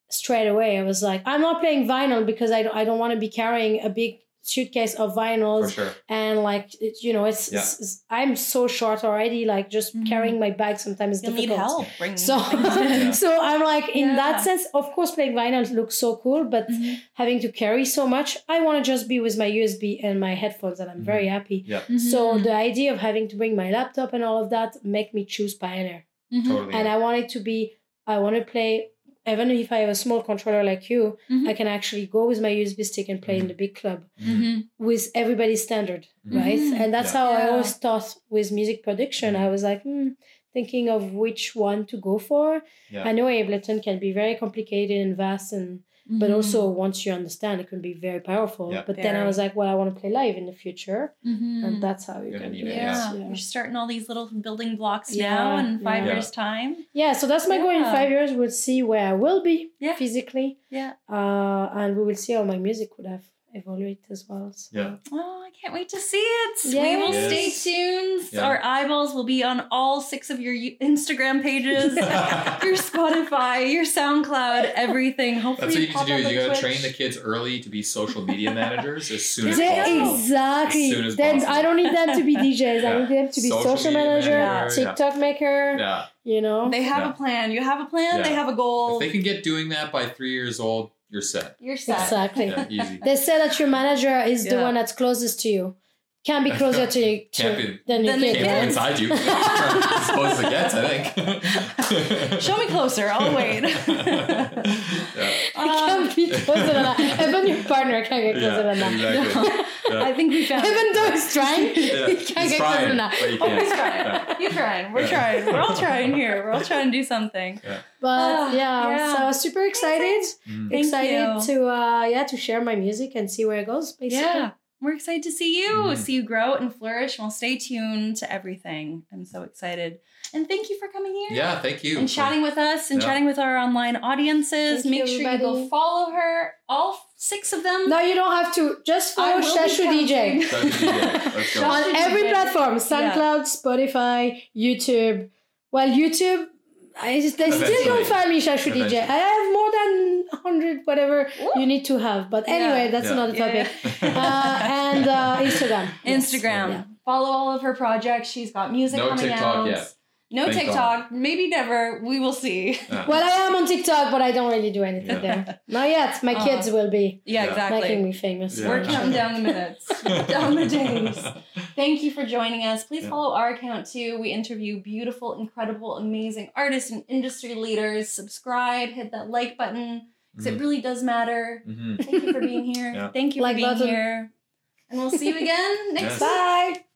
straight away. I was like, I'm not playing vinyl because I don't, I don't want to be carrying a big suitcase of vinyls For sure. and like it, you know it's, Yeah. it's- it's- i'm so short already like just Mhm. carrying my bag sometimes is You'll need difficult help. bringing so things. so i'm like in Yeah. that sense of course playing vinyl looks so cool but Mhm. having to carry so much i want to just be with my usb and my headphones and i'm very happy Mm-hmm. so the idea of having to bring my laptop and all of that make me choose pioneer Mhm. Totally. and i want it to be i want to play even if i have a small controller like you Mhm. i can actually go with my usb stick and play in the big club Mhm. Mhm. with everybody's standard, Mhm. right? Mhm. And that's Yeah. Mm-hmm. how I Yeah. always thought with music production. I was like, hmm, thinking of which one to go for. Yeah. I know Ableton can be very complicated and vast, and but Mhm. also once you understand, it can be very powerful. Yeah. But then I Very. was like, well, I want to play live in the future, Mhm. and that's how you Gonna can need do it, it. yeah. yeah. you're starting all these little building blocks Yeah, now in five yeah. years time. Yeah, so that's my goal in Yeah. five years. We'll see where I will be Yeah. physically, Yeah. uh, and we will see how my music would have evolved as well. So. Yeah. Oh, I can't wait to see it. We will Yes. stay tuned. Yeah. Our eyeballs will be on all six of your U- Instagram pages, your Spotify, your SoundCloud, everything. Hopefully, That's what you need to pop do. up Is on you got Twitch. to train the kids early to be social media managers as soon as Yeah. They- possible. exactly. As soon as then possible. I don't need them to be DJs. Yeah. I need them to be Social social, media manager, manager, yeah. TikTok maker. Yeah. You know. They have Yeah. a plan. You have a plan. They Yeah. have a If goal. they can get doing that by three years old, you're set. You're set. exactly. Yeah, easy. They say that your manager is the Yeah. one that's closest to you. Can't be closer to you to, Can't be- than your Than your Can't kid. kid. go right? inside you. As close as it gets, I think. Show me closer. I'll wait. yeah. Um, Can't be closer than that. Even your partner can't get closer Yeah, than that. exactly. Yeah. I think we found. Even it. though he's trying, Yeah. he can't He's get closer trying, than that. Oh but you Always can't. trying. You're trying. We're Yeah. trying. We're all trying here. We're all trying to do something. Ah, But yeah, yeah. so I was super excited. Mm. Thank excited you. to uh yeah to share my music and see where it goes. Basically. Yeah. We're excited to see you, Mhm. see you grow and flourish. Well, stay tuned to everything. I'm so excited. And thank you for coming here. Yeah, thank you. And chatting with us and Yeah. chatting with our online audiences. Thank Make you, sure you go everybody. follow her, all six of them. No, you don't have to. I Just follow will be Shashu counting. E DJ. Shashu DJ, E let's Shashu go. E on DJ. every platform SoundCloud, Spotify, YouTube. Well, YouTube, I, they still Eventually. don't find me Shashu DJ. Eventually. I have more than 100, whatever Woo. you need to have. But anyway, that's Yeah. another Yeah, topic. Uh, no and uh, Instagram. Yes. Instagram. Yeah. Follow all of her projects. She's got music No coming TikTok out. yet. No Thank TikTok. Maybe never. We will see. Well, I am on TikTok, but I don't really do anything Yeah. there. Not yet. My Uh, kids will be Yeah, Yeah. exactly. making me famous. Yeah. We're counting down the minutes, down the days. Thank you for joining us. Please Yeah. follow our account too. We interview beautiful, incredible, amazing artists and industry leaders. Subscribe, hit that like button because it really does matter. Mhm. Thank you for being here. Mm. Yeah. Thank you Like for being button. here. And we'll see you again next Yes. time. Bye.